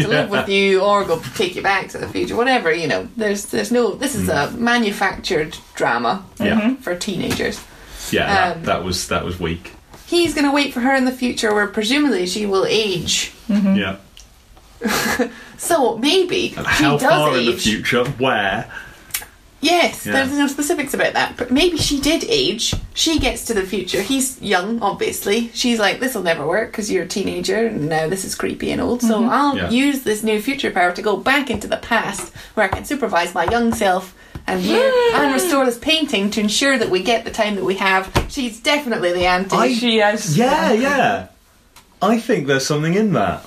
Speaker 2: live with you or go take you back to the future, whatever, you know. There's there's no, this is a manufactured drama
Speaker 1: Mm. Yeah.
Speaker 2: for teenagers.
Speaker 1: Yeah,
Speaker 2: Um,
Speaker 1: that, that was that was weak.
Speaker 2: He's going to wait for her in the future where presumably she will age.
Speaker 1: Yeah.
Speaker 2: So maybe she
Speaker 1: How
Speaker 2: does
Speaker 1: far
Speaker 2: age.
Speaker 1: in the future? Where?
Speaker 2: Yes,
Speaker 1: Yeah.
Speaker 2: there's no specifics about that, but maybe she did age. She gets to the future. He's young, obviously. She's like, this will never work because you're a teenager and now this is creepy and old. So I'll
Speaker 1: Yeah.
Speaker 2: use this new future power to go back into the past where I can supervise my young self and you and restore this painting to ensure that we get the time that we have. She's definitely the anti.
Speaker 1: I-
Speaker 3: she is.
Speaker 1: Yeah, yeah. I think there's something in that.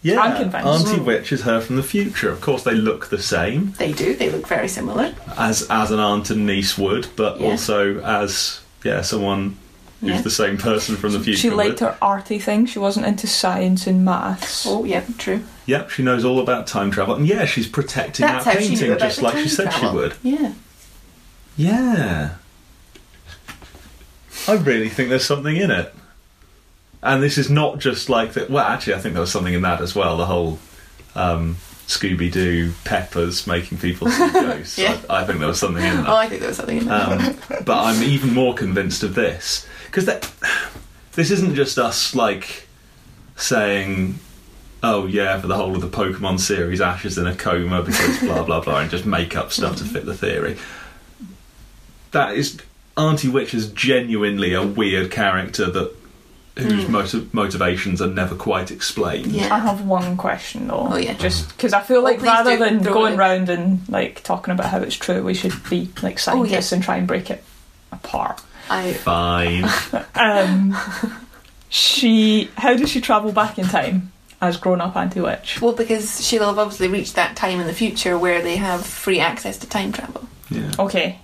Speaker 1: Yeah,
Speaker 3: I'm convinced.
Speaker 1: Auntie Witch is her from the future. Of course, they look the same
Speaker 2: they do. They look very similar.
Speaker 1: as as an aunt and niece would, but
Speaker 2: Yeah.
Speaker 1: also as yeah someone who's
Speaker 2: Yeah.
Speaker 1: the same person from the future.
Speaker 3: She
Speaker 1: would.
Speaker 3: liked her arty thing. She wasn't into science and maths.
Speaker 2: Oh, yeah, true.
Speaker 1: Yep, she knows all about time travel, and yeah, she's protecting
Speaker 2: That's
Speaker 1: that
Speaker 2: how she knew
Speaker 1: painting
Speaker 2: about
Speaker 1: just
Speaker 2: the
Speaker 1: like
Speaker 2: time
Speaker 1: she said
Speaker 2: travel.
Speaker 1: she would.
Speaker 2: Yeah.
Speaker 1: Yeah. I really think there's something in it. And this is not just like that. Well, actually, I think there was something in that as well. The whole um, Scooby Doo peppers making people see ghosts.
Speaker 2: Yeah.
Speaker 1: I, I think there was something in that.
Speaker 2: Oh, I think there was something in that.
Speaker 1: Um, but I'm even more convinced of this because that this isn't just us like saying, "Oh yeah," for the whole of the Pokemon series, Ash is in a coma because blah blah blah, and just make up stuff to fit the theory. That is Auntie Witch is genuinely a weird character that whose
Speaker 2: Mm.
Speaker 1: motiv- motivations are never quite explained.
Speaker 2: Yeah.
Speaker 3: I have one question though.
Speaker 2: Oh, yeah.
Speaker 3: Just because I feel
Speaker 2: Oh,
Speaker 3: like
Speaker 2: please
Speaker 3: rather
Speaker 2: do.
Speaker 3: than
Speaker 2: Throw it
Speaker 3: going
Speaker 2: in.
Speaker 3: round and like talking about how it's true, we should be like
Speaker 2: Oh, yeah.
Speaker 3: scientists and try and break it apart.
Speaker 2: I
Speaker 1: Fine.
Speaker 3: Um, she, how does she travel back in time as grown-up anti-witch?
Speaker 2: well because she'll have obviously reached that time in the future where they have free access to time travel.
Speaker 1: Yeah.
Speaker 3: Okay,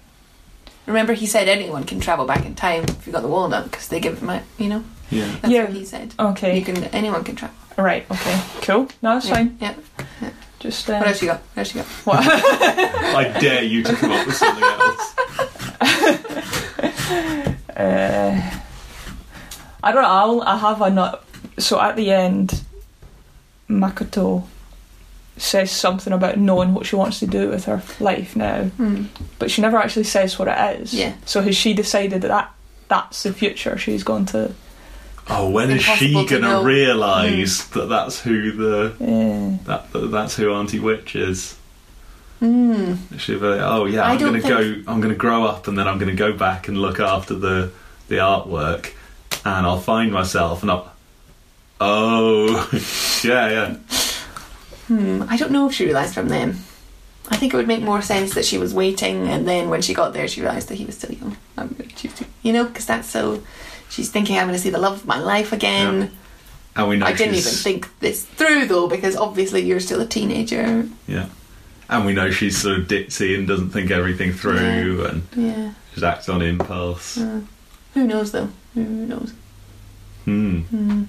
Speaker 2: Remember, he said anyone can travel back in time if you got the walnut because they give them out. You know,
Speaker 1: Yeah.
Speaker 2: that's
Speaker 3: Yeah.
Speaker 2: what he said.
Speaker 3: okay,
Speaker 2: You can anyone can travel.
Speaker 3: right, okay, cool. No, that's
Speaker 2: yeah.
Speaker 3: fine.
Speaker 2: Yeah.
Speaker 3: Just
Speaker 2: What
Speaker 3: uh,
Speaker 2: else you got? What else you got?
Speaker 3: what?
Speaker 1: I dare you to come up with something else.
Speaker 3: uh, I don't know. I'll, I have a not. So at the end, Makoto says something about knowing what she wants to do with her life now,
Speaker 2: Hmm.
Speaker 3: but she never actually says what it is.
Speaker 2: Yeah.
Speaker 3: So has she decided that, that that's the future she's going to?
Speaker 1: Oh, when is
Speaker 2: Impossible
Speaker 1: she
Speaker 2: to
Speaker 1: gonna
Speaker 2: know. Hmm.
Speaker 1: realise that that's who the
Speaker 3: Uh,
Speaker 1: That, that that's who Auntie Witch is.
Speaker 2: Hmm.
Speaker 1: She'll be like, oh yeah,
Speaker 2: I
Speaker 1: I'm gonna
Speaker 2: don't
Speaker 1: go. I'm gonna grow up, and then I'm gonna go back and look after the the artwork, and I'll find myself, and I'll. Oh, [laughs] yeah, yeah.
Speaker 2: Hmm. I don't know if she realised from them. I think it would make more sense that she was waiting, and then when she got there, she realised that he was still young. I'm gonna choose you. You know, because that's so. She's thinking, I'm going to see the love of my life again.
Speaker 1: And we know
Speaker 2: I didn't even
Speaker 1: she's-
Speaker 2: think this through, though, because obviously you're still a teenager.
Speaker 1: Yeah, and we know she's sort of ditzy and doesn't think everything through, and
Speaker 2: Yeah.
Speaker 1: just acts on impulse.
Speaker 2: Uh, who knows, though? Who knows?
Speaker 1: Hmm.
Speaker 2: Hmm.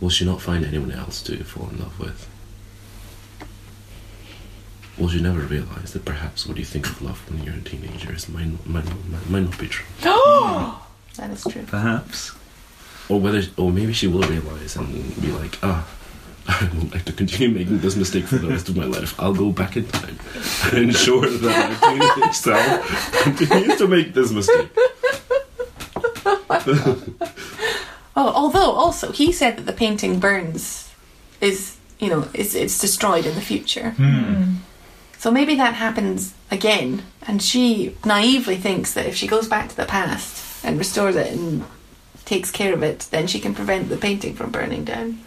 Speaker 4: Will she not find anyone else to fall in love with? Will she never realize that perhaps what you think of love when you're a teenager is might not, might not, might not be true?
Speaker 2: That is true.
Speaker 1: Perhaps.
Speaker 4: Or whether, or maybe she will realize and be like, ah, [laughs] I would like to continue making this mistake for the rest of my life. I'll go back in time and ensure that my teenage self [laughs] continues to make this mistake.
Speaker 2: Oh, although also he said that the painting burns, is you know is it's destroyed in the future.
Speaker 1: Hmm.
Speaker 2: So maybe that happens again, and she naively thinks that if she goes back to the past and restores it and takes care of it, then she can prevent the painting from burning down.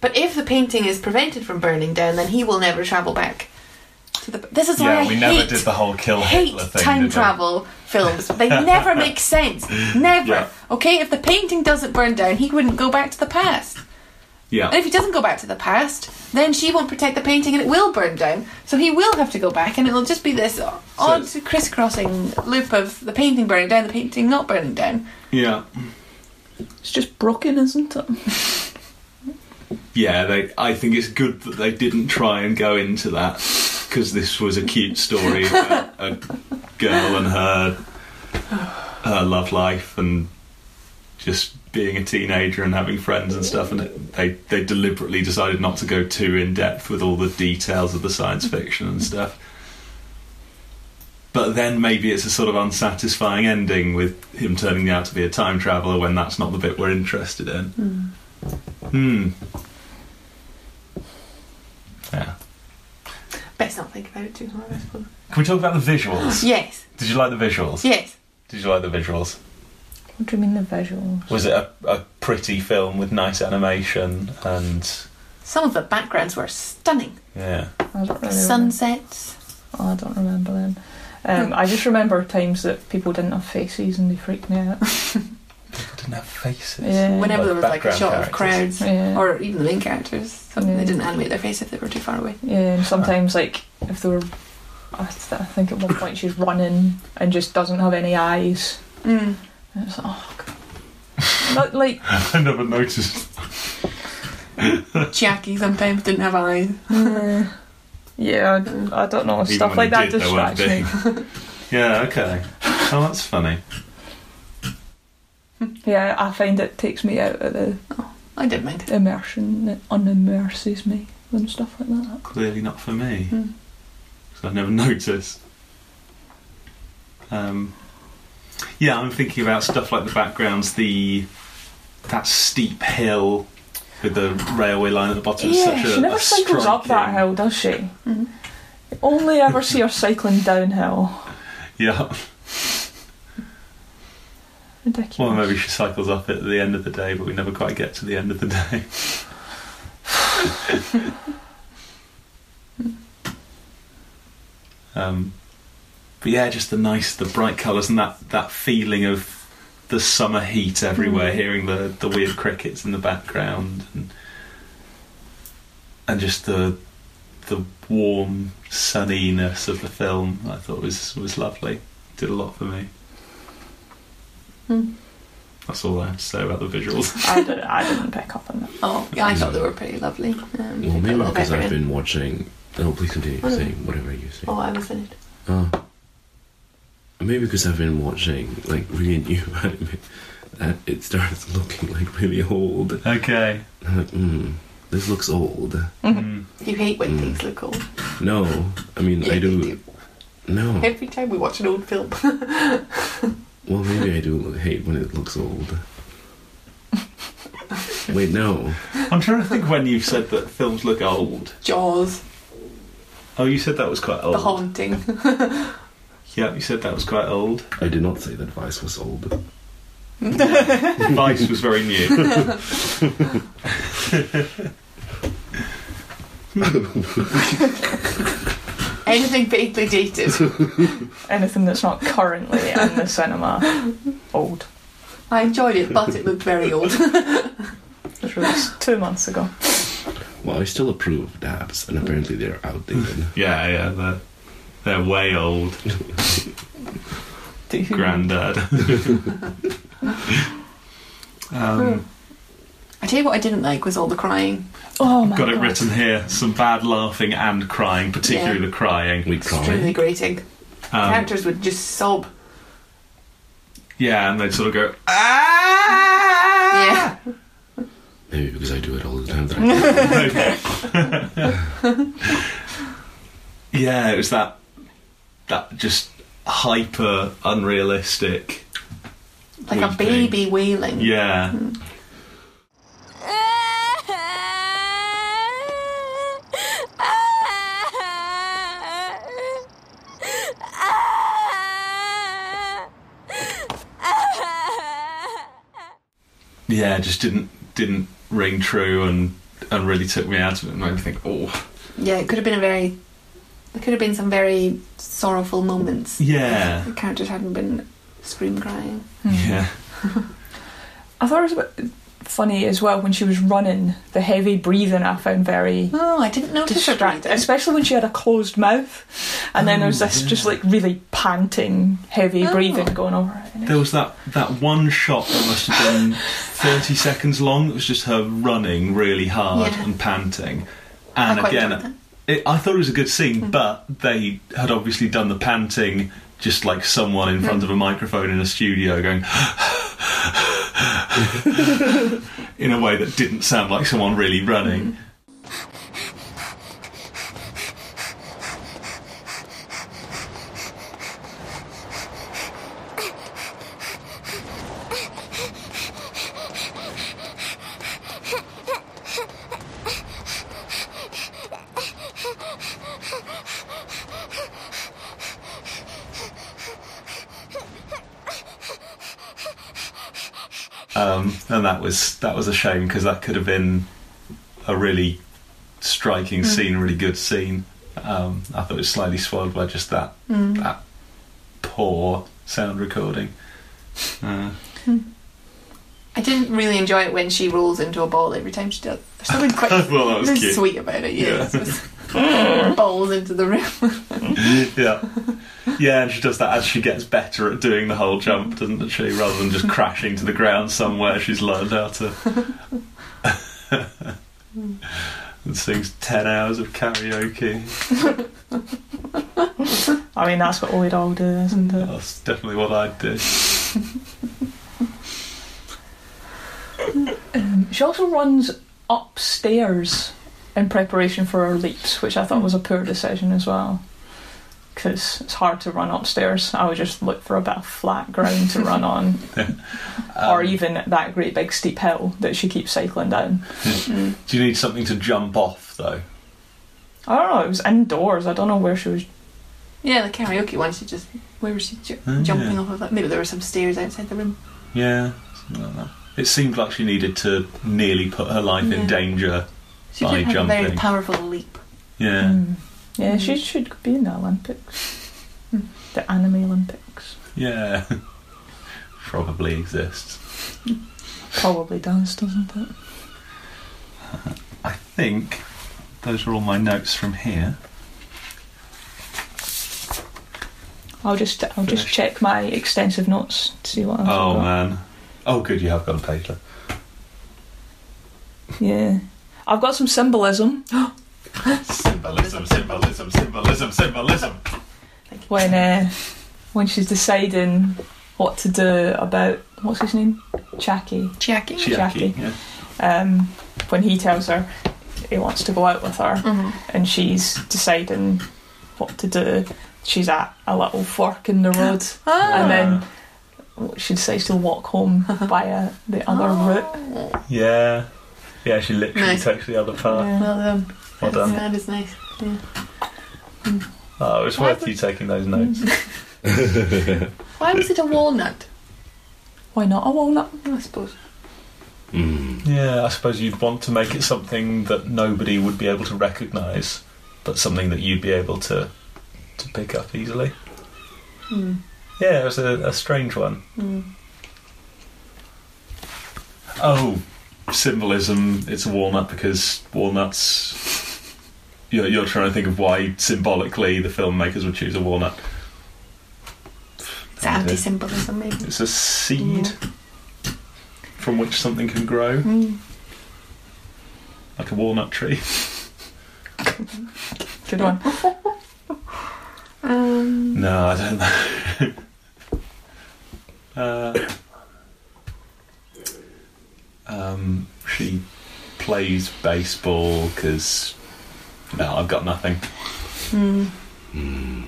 Speaker 2: But if the painting is prevented from burning down, then he will never travel back. To the, this is why
Speaker 1: Yeah,
Speaker 2: I
Speaker 1: we
Speaker 2: hate
Speaker 1: never did the whole kill
Speaker 2: hate
Speaker 1: Hitler thing.
Speaker 2: time
Speaker 1: did we?
Speaker 2: travel films.
Speaker 1: [laughs]
Speaker 2: They never make sense. Never.
Speaker 1: Yeah.
Speaker 2: Okay, if the painting doesn't burn down, he wouldn't go back to the past. And
Speaker 1: Yeah.
Speaker 2: if he doesn't go back to the past, then she won't protect the painting and it will burn down. So he will have to go back and it'll just be this odd
Speaker 1: it's-
Speaker 2: crisscrossing loop of the painting burning down, the painting not burning down.
Speaker 1: Yeah.
Speaker 3: it's just broken, isn't it?
Speaker 1: yeah, they, I think it's good that they didn't try and go into that because this was a cute story about a girl and her her love life and just being a teenager and having friends and stuff. And it, they they deliberately decided not to go too in depth with all the details of the science fiction and stuff. But then maybe it's a sort of unsatisfying ending with him turning out to be a time traveler when that's not the bit we're interested in. Hmm. Yeah.
Speaker 2: Best not think about it too hard, I suppose.
Speaker 1: Can we talk about the visuals?
Speaker 2: Yes,
Speaker 1: Did you like the visuals?
Speaker 2: yes.
Speaker 1: Did you like the visuals?
Speaker 3: What do you mean the visuals?
Speaker 1: Was it a, a pretty film with nice animation and
Speaker 2: Some of the backgrounds were stunning.
Speaker 1: yeah?
Speaker 3: I don't
Speaker 2: The
Speaker 3: really
Speaker 2: sunsets.
Speaker 3: Oh, I don't remember then. Um, I just remember times that people didn't have faces and they freaked me out.
Speaker 1: People didn't have faces.
Speaker 3: Yeah.
Speaker 1: Like
Speaker 2: Whenever there was like a
Speaker 1: background
Speaker 2: shot of
Speaker 1: characters.
Speaker 2: crowds
Speaker 3: Yeah.
Speaker 2: or even the main characters, some,
Speaker 3: Yeah.
Speaker 2: they didn't animate their face if they were too far away.
Speaker 3: yeah, and sometimes like if they were, I, th- I think at one point she's running and just doesn't have any eyes.
Speaker 2: Mm.
Speaker 3: And it's like, oh,
Speaker 2: [laughs]
Speaker 3: God. Not like
Speaker 1: [laughs] I never noticed.
Speaker 2: Jackie sometimes didn't have eyes.
Speaker 3: yeah, yeah, I d- I, don't
Speaker 1: Even
Speaker 3: know Oh, stuff
Speaker 1: when
Speaker 3: like
Speaker 1: they
Speaker 3: that
Speaker 1: did, they weren't
Speaker 3: distracts me.
Speaker 1: big. yeah. Okay. Oh, that's funny.
Speaker 3: [laughs] Yeah, I find it takes me out of the
Speaker 2: I don't mind.
Speaker 3: immersion. It unimmerses me and stuff like that.
Speaker 1: Clearly not for me.
Speaker 3: Hmm.
Speaker 1: 'cause I've never [laughs] noticed. Um, yeah, I'm thinking about stuff like the backgrounds, the that steep hill with the railway line at the bottom. is
Speaker 3: Yeah,
Speaker 1: such a,
Speaker 3: she never
Speaker 1: a
Speaker 3: cycles up that
Speaker 1: striking-
Speaker 3: hill, does she?
Speaker 2: Mm.
Speaker 3: Only ever see her cycling downhill.
Speaker 1: Yeah, [laughs]
Speaker 3: Ridiculous.
Speaker 1: well, maybe she cycles up it at the end of the day, but we never quite get to the end of the day. [laughs] um, but yeah, just the nice, the bright colours, and that that feeling of the summer heat everywhere,
Speaker 3: Mm.
Speaker 1: hearing the the weird crickets in the background, and and just the the warm sunniness of the film. I thought was was lovely. Did a lot for me.
Speaker 2: Hmm.
Speaker 1: That's all I have to say about the visuals. [laughs]
Speaker 3: I didn't. I didn't pick up on that.
Speaker 2: Oh, yeah, I thought they were pretty lovely. Um, they
Speaker 4: Well,
Speaker 2: put a
Speaker 4: maybe
Speaker 2: lot of
Speaker 4: because
Speaker 2: effort
Speaker 4: I've
Speaker 2: in.
Speaker 4: been watching. No, please continue
Speaker 2: Oh, no.
Speaker 4: saying whatever you say.
Speaker 2: Oh, I was in it.
Speaker 4: Uh, maybe because I've been watching like really new [laughs] anime, that it starts looking like really old.
Speaker 2: [laughs]
Speaker 1: Okay.
Speaker 4: I'm like, mm, this looks old.
Speaker 1: Mm.
Speaker 2: You hate when
Speaker 4: Mm.
Speaker 2: things look old.
Speaker 4: No, I mean I
Speaker 2: You
Speaker 4: do. Oh. No,
Speaker 2: Every time we watch an old film. [laughs]
Speaker 4: well maybe I do hate when it looks old. Wait, no.
Speaker 1: I'm trying to think when you said that films look old.
Speaker 2: Jaws,
Speaker 1: Oh, you said that was quite old.
Speaker 2: The Haunting. [laughs]
Speaker 1: Yeah, you said that was quite old.
Speaker 4: I did not say that Vice was old.
Speaker 1: Vice was very
Speaker 2: [laughs]
Speaker 1: new.
Speaker 2: Anything vaguely dated.
Speaker 4: [laughs]
Speaker 3: Anything that's not currently in
Speaker 1: [laughs]
Speaker 3: the cinema, old.
Speaker 2: I enjoyed it, but it looked very old. [laughs]
Speaker 3: It was released two months ago.
Speaker 4: Well, I still approve of dabs, and apparently they're outdated.
Speaker 1: yeah, yeah, they're, they're way old.
Speaker 3: Do
Speaker 1: Hmm.
Speaker 3: you-
Speaker 1: Grandad. [laughs] um,
Speaker 2: I tell you what I didn't like was all the crying.
Speaker 3: Oh my
Speaker 1: got it
Speaker 3: God.
Speaker 1: written here. Some bad laughing and crying, particularly
Speaker 2: Yeah.
Speaker 1: the crying.
Speaker 4: We cry.
Speaker 2: Extremely grating.
Speaker 1: Um,
Speaker 2: Characters would just sob.
Speaker 1: yeah, and they'd sort of go, ah!
Speaker 2: Yeah.
Speaker 4: Maybe because I do it all the time. That I
Speaker 1: Okay. yeah, it was that that just hyper unrealistic.
Speaker 2: Like a
Speaker 1: weeping.
Speaker 2: baby wailing. [laughs]
Speaker 1: Yeah,
Speaker 3: Hmm.
Speaker 2: Ah!
Speaker 1: yeah, it just didn't didn't ring true and and really took me out of it and made me think, oh,
Speaker 2: Yeah, it could have been a very. There could have been some very sorrowful moments.
Speaker 1: Yeah.
Speaker 2: If The characters hadn't been scream crying.
Speaker 3: Hmm.
Speaker 1: yeah,
Speaker 3: I thought it was a bit funny as well when she was running. The heavy breathing I found very
Speaker 2: Oh, I didn't notice her
Speaker 3: distracting,
Speaker 2: breathing.
Speaker 3: especially when she had a closed mouth, and then there was this just like really panting, heavy
Speaker 2: Oh.
Speaker 3: breathing going over her.
Speaker 1: there was that that one shot that must have been thirty seconds long. It was just her running really hard
Speaker 2: Yeah.
Speaker 1: and panting,
Speaker 2: I
Speaker 1: and
Speaker 2: quite
Speaker 1: again,
Speaker 2: enjoyed that. Mm.
Speaker 1: It, I thought it was a good scene, but they had obviously done the panting just like someone in
Speaker 2: Mm.
Speaker 1: front of a microphone in a studio going [laughs] in a way that didn't sound like someone really
Speaker 2: Mm.
Speaker 1: running. Um, and that was that was a shame because that could have been a really striking scene, a really good scene. Um, I thought it was slightly spoiled by just that
Speaker 2: Mm.
Speaker 1: that poor sound recording. Uh,
Speaker 2: I didn't really enjoy it when she rolls into a ball every time she does.
Speaker 1: [laughs]
Speaker 2: There's something quite
Speaker 1: Uh, well, that was
Speaker 2: there's
Speaker 1: cute.
Speaker 2: sweet about it.
Speaker 1: Yeah.
Speaker 2: Yeah, It's just [laughs] balls into the room.
Speaker 1: [laughs] yeah. Yeah, and she does that as she gets better at doing the whole jump, doesn't she? Rather than just crashing to the ground somewhere, she's learned how to. [laughs] and sings 10 hours of karaoke.
Speaker 3: I mean, that's what we'd all do, isn't it?
Speaker 1: That's definitely what I'd do.
Speaker 3: Um, she also runs upstairs in preparation for her leaps, which I thought was a
Speaker 1: Hmm.
Speaker 3: poor decision as well. Because it's hard to run upstairs. I would just look for a bit of flat ground to run
Speaker 1: [laughs]
Speaker 3: on, or
Speaker 1: Um,
Speaker 3: even that great big steep hill that she keeps cycling down.
Speaker 2: Mm.
Speaker 1: Do you need something to jump off though?
Speaker 3: I don't know, it was indoors. I don't know where she was.
Speaker 2: Yeah, the karaoke one. She just where was she ju-
Speaker 1: Oh,
Speaker 2: jumping
Speaker 1: yeah.
Speaker 2: off of that? Maybe there were some stairs outside the room.
Speaker 1: Yeah, something like that. It seemed like she needed to nearly put her life
Speaker 2: Yeah.
Speaker 1: in danger.
Speaker 2: She
Speaker 1: By
Speaker 2: did have a very
Speaker 1: jumping.
Speaker 2: powerful leap.
Speaker 1: Yeah.
Speaker 3: Hmm. Yeah, she
Speaker 2: Mm.
Speaker 3: should be in the Olympics.
Speaker 1: Hmm.
Speaker 3: the anime Olympics.
Speaker 1: Yeah. [laughs] Probably exists.
Speaker 3: Probably does, doesn't it?
Speaker 1: I think those are all my notes from here.
Speaker 3: I'll just I'll just
Speaker 1: Finish.
Speaker 3: check my extensive notes to see what else. I've
Speaker 1: Oh
Speaker 3: got.
Speaker 1: man. Oh good, you have got a page left.
Speaker 3: Yeah. I've got some symbolism
Speaker 1: Symbolism, symbolism, symbolism, symbolism.
Speaker 2: Like,
Speaker 3: when uh, when she's deciding what to do about what's his name? Chucky.
Speaker 2: Jackie.
Speaker 1: Chiaki. Yeah.
Speaker 3: Um, when he tells her he wants to go out with her
Speaker 2: Mhm.
Speaker 3: and she's deciding what to do. She's at a little fork in the road
Speaker 2: Ah.
Speaker 3: and then she decides to walk home via
Speaker 2: Ah.
Speaker 3: the other route.
Speaker 2: oh.
Speaker 1: Yeah. Yeah, she literally
Speaker 2: Nice.
Speaker 1: takes the other path.
Speaker 3: Yeah.
Speaker 2: Well um, done.
Speaker 1: Well
Speaker 2: That's-
Speaker 1: done.
Speaker 2: That is nice. Yeah.
Speaker 1: Oh, it's
Speaker 2: Why
Speaker 1: worth
Speaker 2: would-
Speaker 1: you taking those notes.
Speaker 2: Why was it a walnut? Oh,
Speaker 3: Why not a walnut?
Speaker 2: I suppose.
Speaker 4: Mm.
Speaker 1: Yeah, I suppose you'd want to make it something that nobody would be able to recognise, but something that you'd be able to to pick up easily.
Speaker 2: Hmm.
Speaker 1: Yeah, it was a, a strange one.
Speaker 2: Hmm.
Speaker 1: Oh, symbolism. It's a walnut because walnuts. You're, you're trying to think of why symbolically the filmmakers would choose a walnut.
Speaker 2: It's
Speaker 1: [laughs]
Speaker 2: anti-symbolism, maybe.
Speaker 1: It's a seed from which something can grow,
Speaker 2: Hmm.
Speaker 1: like a walnut tree.
Speaker 3: Good one.
Speaker 2: Um,
Speaker 1: No, I don't know. [laughs] uh, um, she plays baseball because. No, I've got nothing.
Speaker 2: hmm.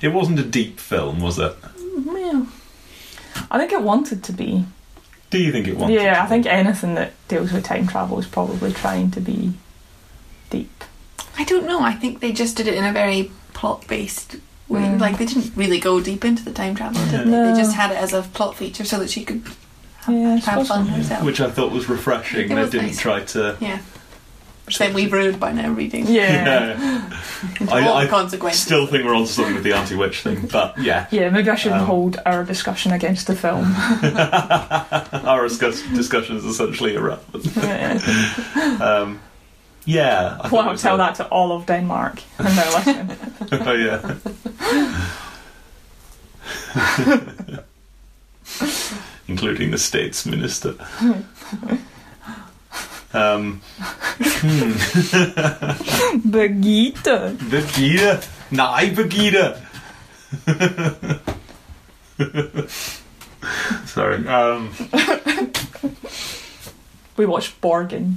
Speaker 1: It wasn't a deep film, was it?
Speaker 2: Well,
Speaker 3: I think it wanted to be.
Speaker 1: Do you think it wanted?
Speaker 3: yeah,
Speaker 1: to
Speaker 3: I
Speaker 1: be?
Speaker 3: think anything that deals with time travel is probably trying to be deep.
Speaker 2: I don't know. I think they just did it in a very plot-based way.
Speaker 3: Hmm.
Speaker 2: Like they didn't really go deep into the time travel, did
Speaker 3: Yeah.
Speaker 2: they?
Speaker 3: No.
Speaker 2: They just had it as a plot feature so that she could
Speaker 3: Yeah, I
Speaker 2: have
Speaker 3: suppose
Speaker 2: fun
Speaker 3: so.
Speaker 2: herself.
Speaker 1: Which I thought was refreshing. they
Speaker 2: It was
Speaker 1: didn't
Speaker 2: nice.
Speaker 1: try to.
Speaker 2: yeah. Which then we've ruined by now reading.
Speaker 3: Yeah.
Speaker 1: [laughs]
Speaker 2: Into
Speaker 1: I-
Speaker 2: all
Speaker 1: I
Speaker 2: the consequences.
Speaker 1: Still think we're onto something with the anti witch thing, but yeah. [laughs]
Speaker 3: Yeah, maybe I should
Speaker 1: Um,
Speaker 3: hold our discussion against
Speaker 1: [laughs]
Speaker 3: the film. [laughs]
Speaker 1: Our discuss- discussion is essentially irrelevant.
Speaker 3: yeah.
Speaker 1: Um, yeah. I thought
Speaker 3: Well,
Speaker 1: it
Speaker 3: I'll
Speaker 1: was
Speaker 3: tell
Speaker 1: a-
Speaker 3: that to all of Denmark [laughs] and they're listening.
Speaker 1: [laughs] oh yeah. Including the state's minister. um, hmm.
Speaker 3: Birgitte!
Speaker 1: Begida. Nej, Begida. [laughs] Sorry. Um,
Speaker 3: We watched Borgen,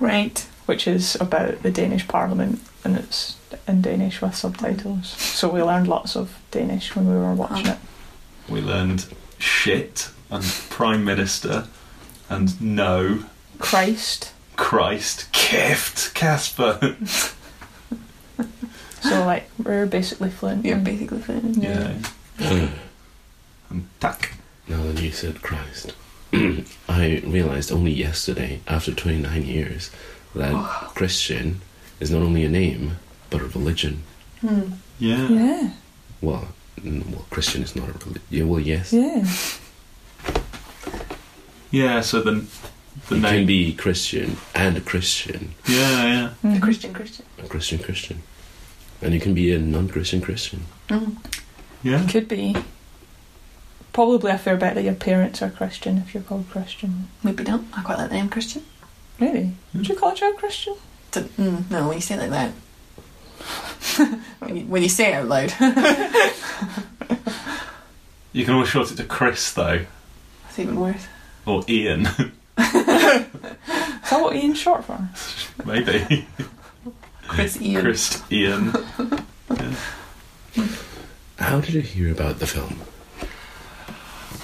Speaker 2: Right.
Speaker 3: which is about the Danish parliament and it's in Danish with subtitles. So we learned lots of Danish when we were watching it.
Speaker 1: we learned shit and prime minister and no
Speaker 3: Christ.
Speaker 1: Christ Kift Casper.
Speaker 3: So, like, we're basically fluent.
Speaker 2: You're
Speaker 3: in-
Speaker 2: basically fine.
Speaker 1: yeah. And tack.
Speaker 4: Now that you said Christ, [clears throat] I realized only yesterday, after 29 years, that Christian is not only a name, but a religion.
Speaker 2: Hmm.
Speaker 1: Yeah.
Speaker 3: Yeah,
Speaker 4: Well, n- well Christian is not a religion. Yeah, well, yes.
Speaker 3: yeah.
Speaker 1: Yeah. So the the
Speaker 4: you
Speaker 1: name.
Speaker 4: can be Christian and a Christian,
Speaker 1: yeah. Yeah.
Speaker 2: The
Speaker 3: Mm.
Speaker 2: Christian Christian.
Speaker 4: a Christian Christian. And you can be a non Christian Christian.
Speaker 2: Mm.
Speaker 1: Yeah.
Speaker 3: Could be. Probably a fair bet that your parents are Christian if you're called Christian.
Speaker 2: Maybe not. I quite like the name Christian.
Speaker 3: Really?
Speaker 1: Hmm.
Speaker 3: Would you call a child Christian?
Speaker 2: Don't- mm, no, when you say it like that. when, you, when you say it out loud. [laughs]
Speaker 1: You can always short it to Chris though,
Speaker 2: That's even worse.
Speaker 1: or Ian. [laughs]
Speaker 3: Is that what Ian's short for?
Speaker 1: Maybe.
Speaker 3: Chris Ian.
Speaker 1: Chris Ian.
Speaker 4: How did you hear about the film?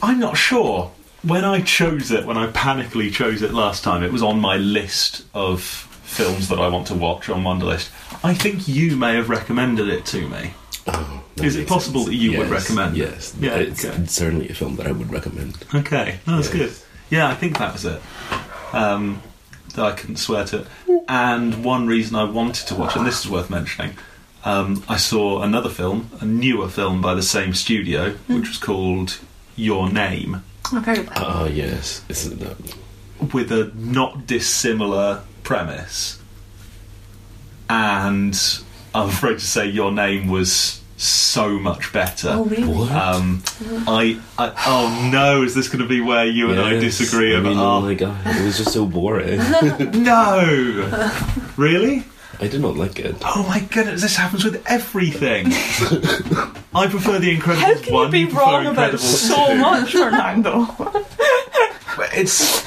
Speaker 1: I'm not sure. When I chose it, when I panically chose it last time, it was on my list of films that I want to watch on Wonderlist. I think you may have recommended it to me.
Speaker 4: Oh,
Speaker 1: Is it
Speaker 4: makes
Speaker 1: possible that you would
Speaker 4: Yes,
Speaker 1: recommend it?
Speaker 4: Yes.
Speaker 1: Yeah,
Speaker 4: It's
Speaker 1: okay.
Speaker 4: certainly a film that I would recommend.
Speaker 1: Okay, no, that's
Speaker 4: Yes.
Speaker 1: good. Yeah, I think that was it. Um, though I couldn't swear to it. And one reason I wanted to watch, and this is worth mentioning, um, I saw another film, a newer film by the same studio, which was called Your Name.
Speaker 2: I've heard of that.
Speaker 4: Oh, yes. It's, uh,
Speaker 1: with a not dissimilar premise. And I'm afraid to say your name was so much better.
Speaker 2: oh, really? [gasps]
Speaker 4: what?
Speaker 1: Um, I, I, oh no, is this going to be where you and I
Speaker 4: Yes,
Speaker 1: disagree
Speaker 4: I mean, oh
Speaker 1: about?
Speaker 4: my god, it was just
Speaker 1: [laughs]
Speaker 4: so
Speaker 3: [laughs]
Speaker 4: boring.
Speaker 1: no, really?
Speaker 4: I did not like it.
Speaker 1: Oh my goodness, this happens with
Speaker 3: [laughs]
Speaker 1: everything. I prefer the
Speaker 3: How
Speaker 1: Incredibles
Speaker 3: can
Speaker 1: one.
Speaker 3: you be
Speaker 1: prefer
Speaker 3: wrong about
Speaker 1: Incredibles
Speaker 3: so
Speaker 1: two. [laughs]
Speaker 3: much, Fernando?
Speaker 1: It's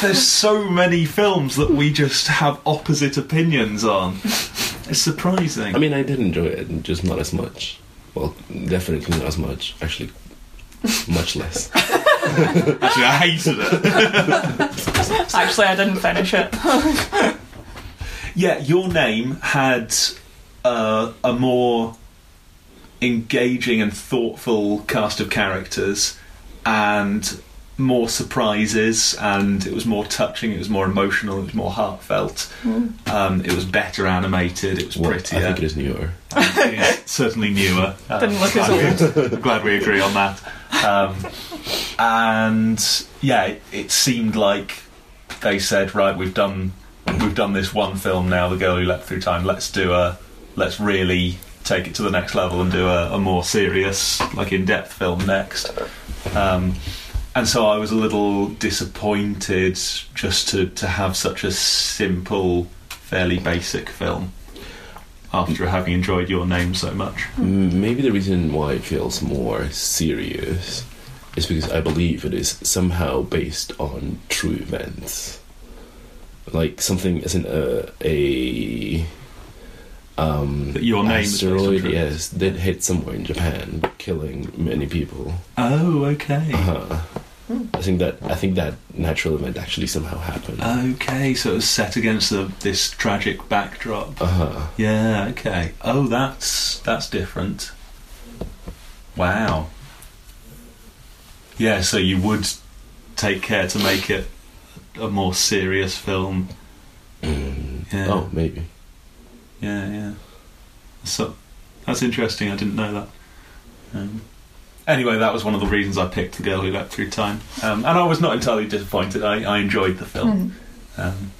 Speaker 1: there's so many films that we just have opposite opinions on. It's surprising.
Speaker 4: I mean, I did enjoy it, just not as much. Well, definitely not as much. Actually, much less.
Speaker 1: Actually, I hated it.
Speaker 3: Actually, I didn't finish it.
Speaker 1: yeah, your name had uh, a more engaging and thoughtful cast of characters, and more surprises, and it was more touching, it was more emotional, it was more heartfelt. Um, it was better animated, it was
Speaker 4: Well, I
Speaker 1: prettier.
Speaker 4: think it is newer.
Speaker 1: and it is [laughs] certainly newer. Um,
Speaker 3: Didn't look as
Speaker 1: glad we- I'm glad we agree on that. Um, and yeah, it, it seemed like they said, right, we've done we've done this one film now, The Girl Who Leapt Through Time. Let's do a let's really take it to the next level and do a, a more serious, like in depth film next. Um, and so I was a little disappointed just to, to have such a simple, fairly basic film after having enjoyed your name so much.
Speaker 4: Mm, Maybe the reason why it feels more serious is because I believe it is somehow based on true events. Like something as in a, a um,
Speaker 1: That your name is based on
Speaker 4: asteroid,
Speaker 1: true
Speaker 4: yes, did hit somewhere in Japan, killing many people.
Speaker 1: Oh, okay.
Speaker 4: Uh-huh. I think that I think that natural event actually somehow happened.
Speaker 1: Uh, Okay, so it was set against the, this tragic backdrop.
Speaker 4: Uh-huh.
Speaker 1: Yeah, okay. Oh, that's that's different. Wow. Yeah, so you would take care to make it a more serious film.
Speaker 4: Mm.
Speaker 1: Yeah.
Speaker 4: Oh, maybe.
Speaker 1: Yeah, yeah. So that's interesting. I didn't know that. Um, anyway, that was one of the reasons I picked the girl who leapt through time, um, and I was not entirely disappointed. I, I enjoyed the film.
Speaker 3: Mm.
Speaker 2: Hmm.
Speaker 1: Um,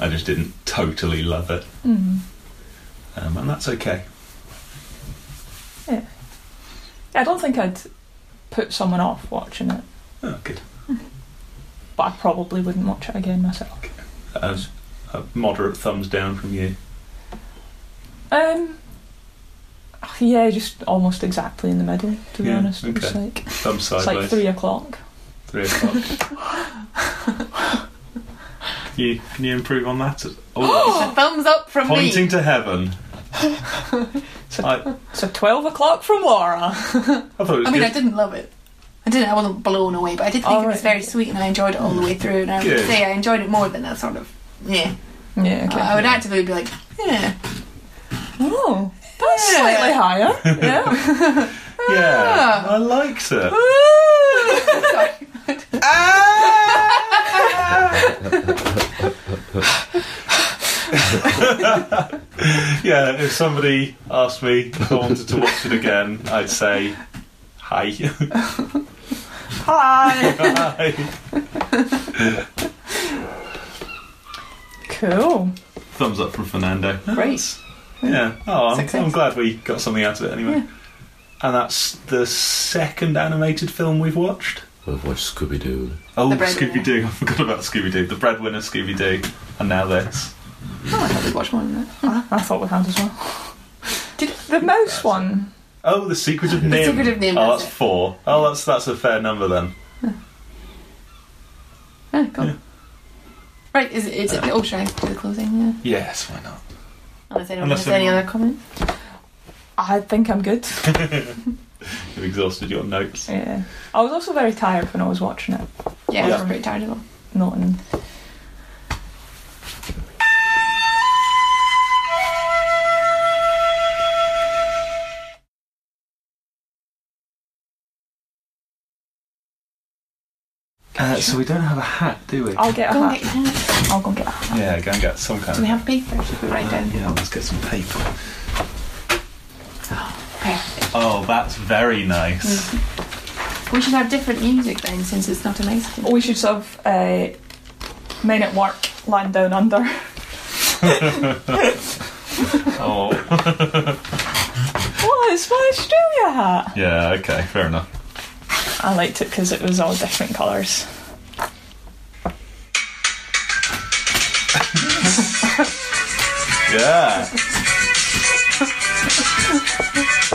Speaker 1: I just didn't totally love it,
Speaker 3: Mm.
Speaker 1: um, and that's okay.
Speaker 3: I don't think I'd put someone off watching it,
Speaker 1: Oh, good.
Speaker 3: but I probably wouldn't watch it again myself.
Speaker 1: That was a moderate thumbs down from you.
Speaker 3: Um, yeah, just almost exactly in the middle. To be
Speaker 1: Yeah,
Speaker 3: honest, it was
Speaker 1: okay.
Speaker 3: like
Speaker 1: Thumbs
Speaker 3: it's
Speaker 1: sideways.
Speaker 3: like three o'clock.
Speaker 1: Three o'clock. can, you, can you improve on
Speaker 2: [gasps]
Speaker 1: that? at all?
Speaker 2: A thumbs up from
Speaker 1: Pointing
Speaker 2: me.
Speaker 1: to heaven.
Speaker 3: So-
Speaker 1: I,
Speaker 3: So twelve o'clock from Laura.
Speaker 1: I thought it was
Speaker 2: I mean,
Speaker 1: good.
Speaker 2: I didn't love it. I didn't. I wasn't blown away, but I did think
Speaker 3: All
Speaker 2: it was
Speaker 3: right.
Speaker 2: very sweet, and I enjoyed it all the way through. And I would
Speaker 1: Mm. Good.
Speaker 2: say I enjoyed it more than that sort of. Yeah,
Speaker 3: Yeah.
Speaker 2: I-
Speaker 3: Okay.
Speaker 2: I would actively be like, yeah, [laughs]
Speaker 3: oh, that's
Speaker 2: Yeah.
Speaker 3: slightly higher. Yeah.
Speaker 1: Yeah,
Speaker 2: Ah.
Speaker 1: I liked it.
Speaker 3: Ah!
Speaker 1: yeah, if somebody asked me if I wanted to watch it again, I'd say hi. [laughs]
Speaker 3: Hi.
Speaker 1: hi.
Speaker 3: Cool.
Speaker 1: Thumbs up from Fernando.
Speaker 2: great.
Speaker 1: Yeah. Oh, I'm,
Speaker 2: Success.
Speaker 1: I'm glad we got something out of it anyway. And that's the second animated film we've watched.
Speaker 4: We've watched Scooby Doo.
Speaker 1: Oh,
Speaker 2: The Breadwinner.
Speaker 1: Scooby Doo. [laughs] I forgot about Scooby Doo. The breadwinner, Scooby Doo. And now this.
Speaker 2: Oh, I thought we'd watch more than that.
Speaker 3: I, Ah, I thought we had as well. Did the mouse one?
Speaker 1: Oh, The Secret of Nim.
Speaker 2: Secret of Nim,
Speaker 1: Oh,
Speaker 2: that's
Speaker 1: that's
Speaker 2: it.
Speaker 1: four. Oh, that's, that's a fair number then.
Speaker 2: Ah, cool.
Speaker 1: Yeah.
Speaker 2: Right, is it, it's oh, should I do the closing? Yeah.
Speaker 1: Yes, why not?
Speaker 2: Unless anyone
Speaker 1: Unless
Speaker 2: has any
Speaker 1: anyone-
Speaker 2: other comments.
Speaker 3: I think I'm good.
Speaker 1: You've exhausted your notes.
Speaker 3: Yeah. I was also very tired when I was watching it.
Speaker 2: Yeah, I was
Speaker 3: Yeah.
Speaker 2: pretty tired of them.
Speaker 3: Not in.
Speaker 1: Uh, so we don't have a hat, do we?
Speaker 3: I'll get a
Speaker 2: Go and
Speaker 3: hat.
Speaker 2: get your hat.
Speaker 3: I'll go and get a hat.
Speaker 1: Yeah, go and get some kind
Speaker 2: Do we
Speaker 1: of.
Speaker 2: have paper? Should we write down?
Speaker 1: Yeah, let's get some paper.
Speaker 2: Perfect.
Speaker 1: Oh, that's very [laughs] nice.
Speaker 2: We should have different music then, since it's not a Mexican.
Speaker 3: We should shove uh, Men at Work, Land Down Under.
Speaker 1: Oh,
Speaker 3: what? It's my Australia hat.
Speaker 1: yeah. Okay, fair enough.
Speaker 3: I liked it because it was all different colours.
Speaker 1: Yeah.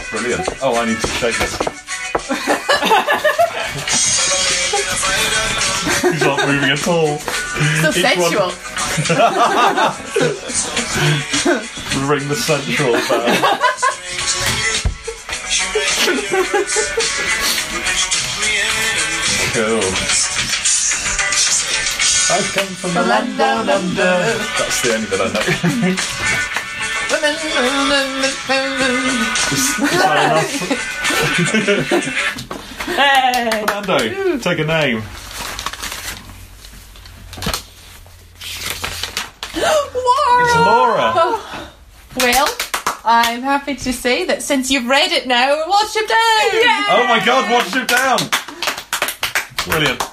Speaker 1: Brilliant. Oh, I need to shake [laughs] this. He's not moving at all.
Speaker 2: so
Speaker 1: each one-
Speaker 2: sensual.
Speaker 1: Ring the central bell. cool. I come from the land down under. That's the only that I know. Is that enough?
Speaker 3: Hey!
Speaker 1: Lando, take a name. It's
Speaker 2: Laura!
Speaker 1: Laura.
Speaker 2: Well, I'm happy to say that since you've read it now, watch it down!
Speaker 1: Oh my god, watch it down. Brilliant.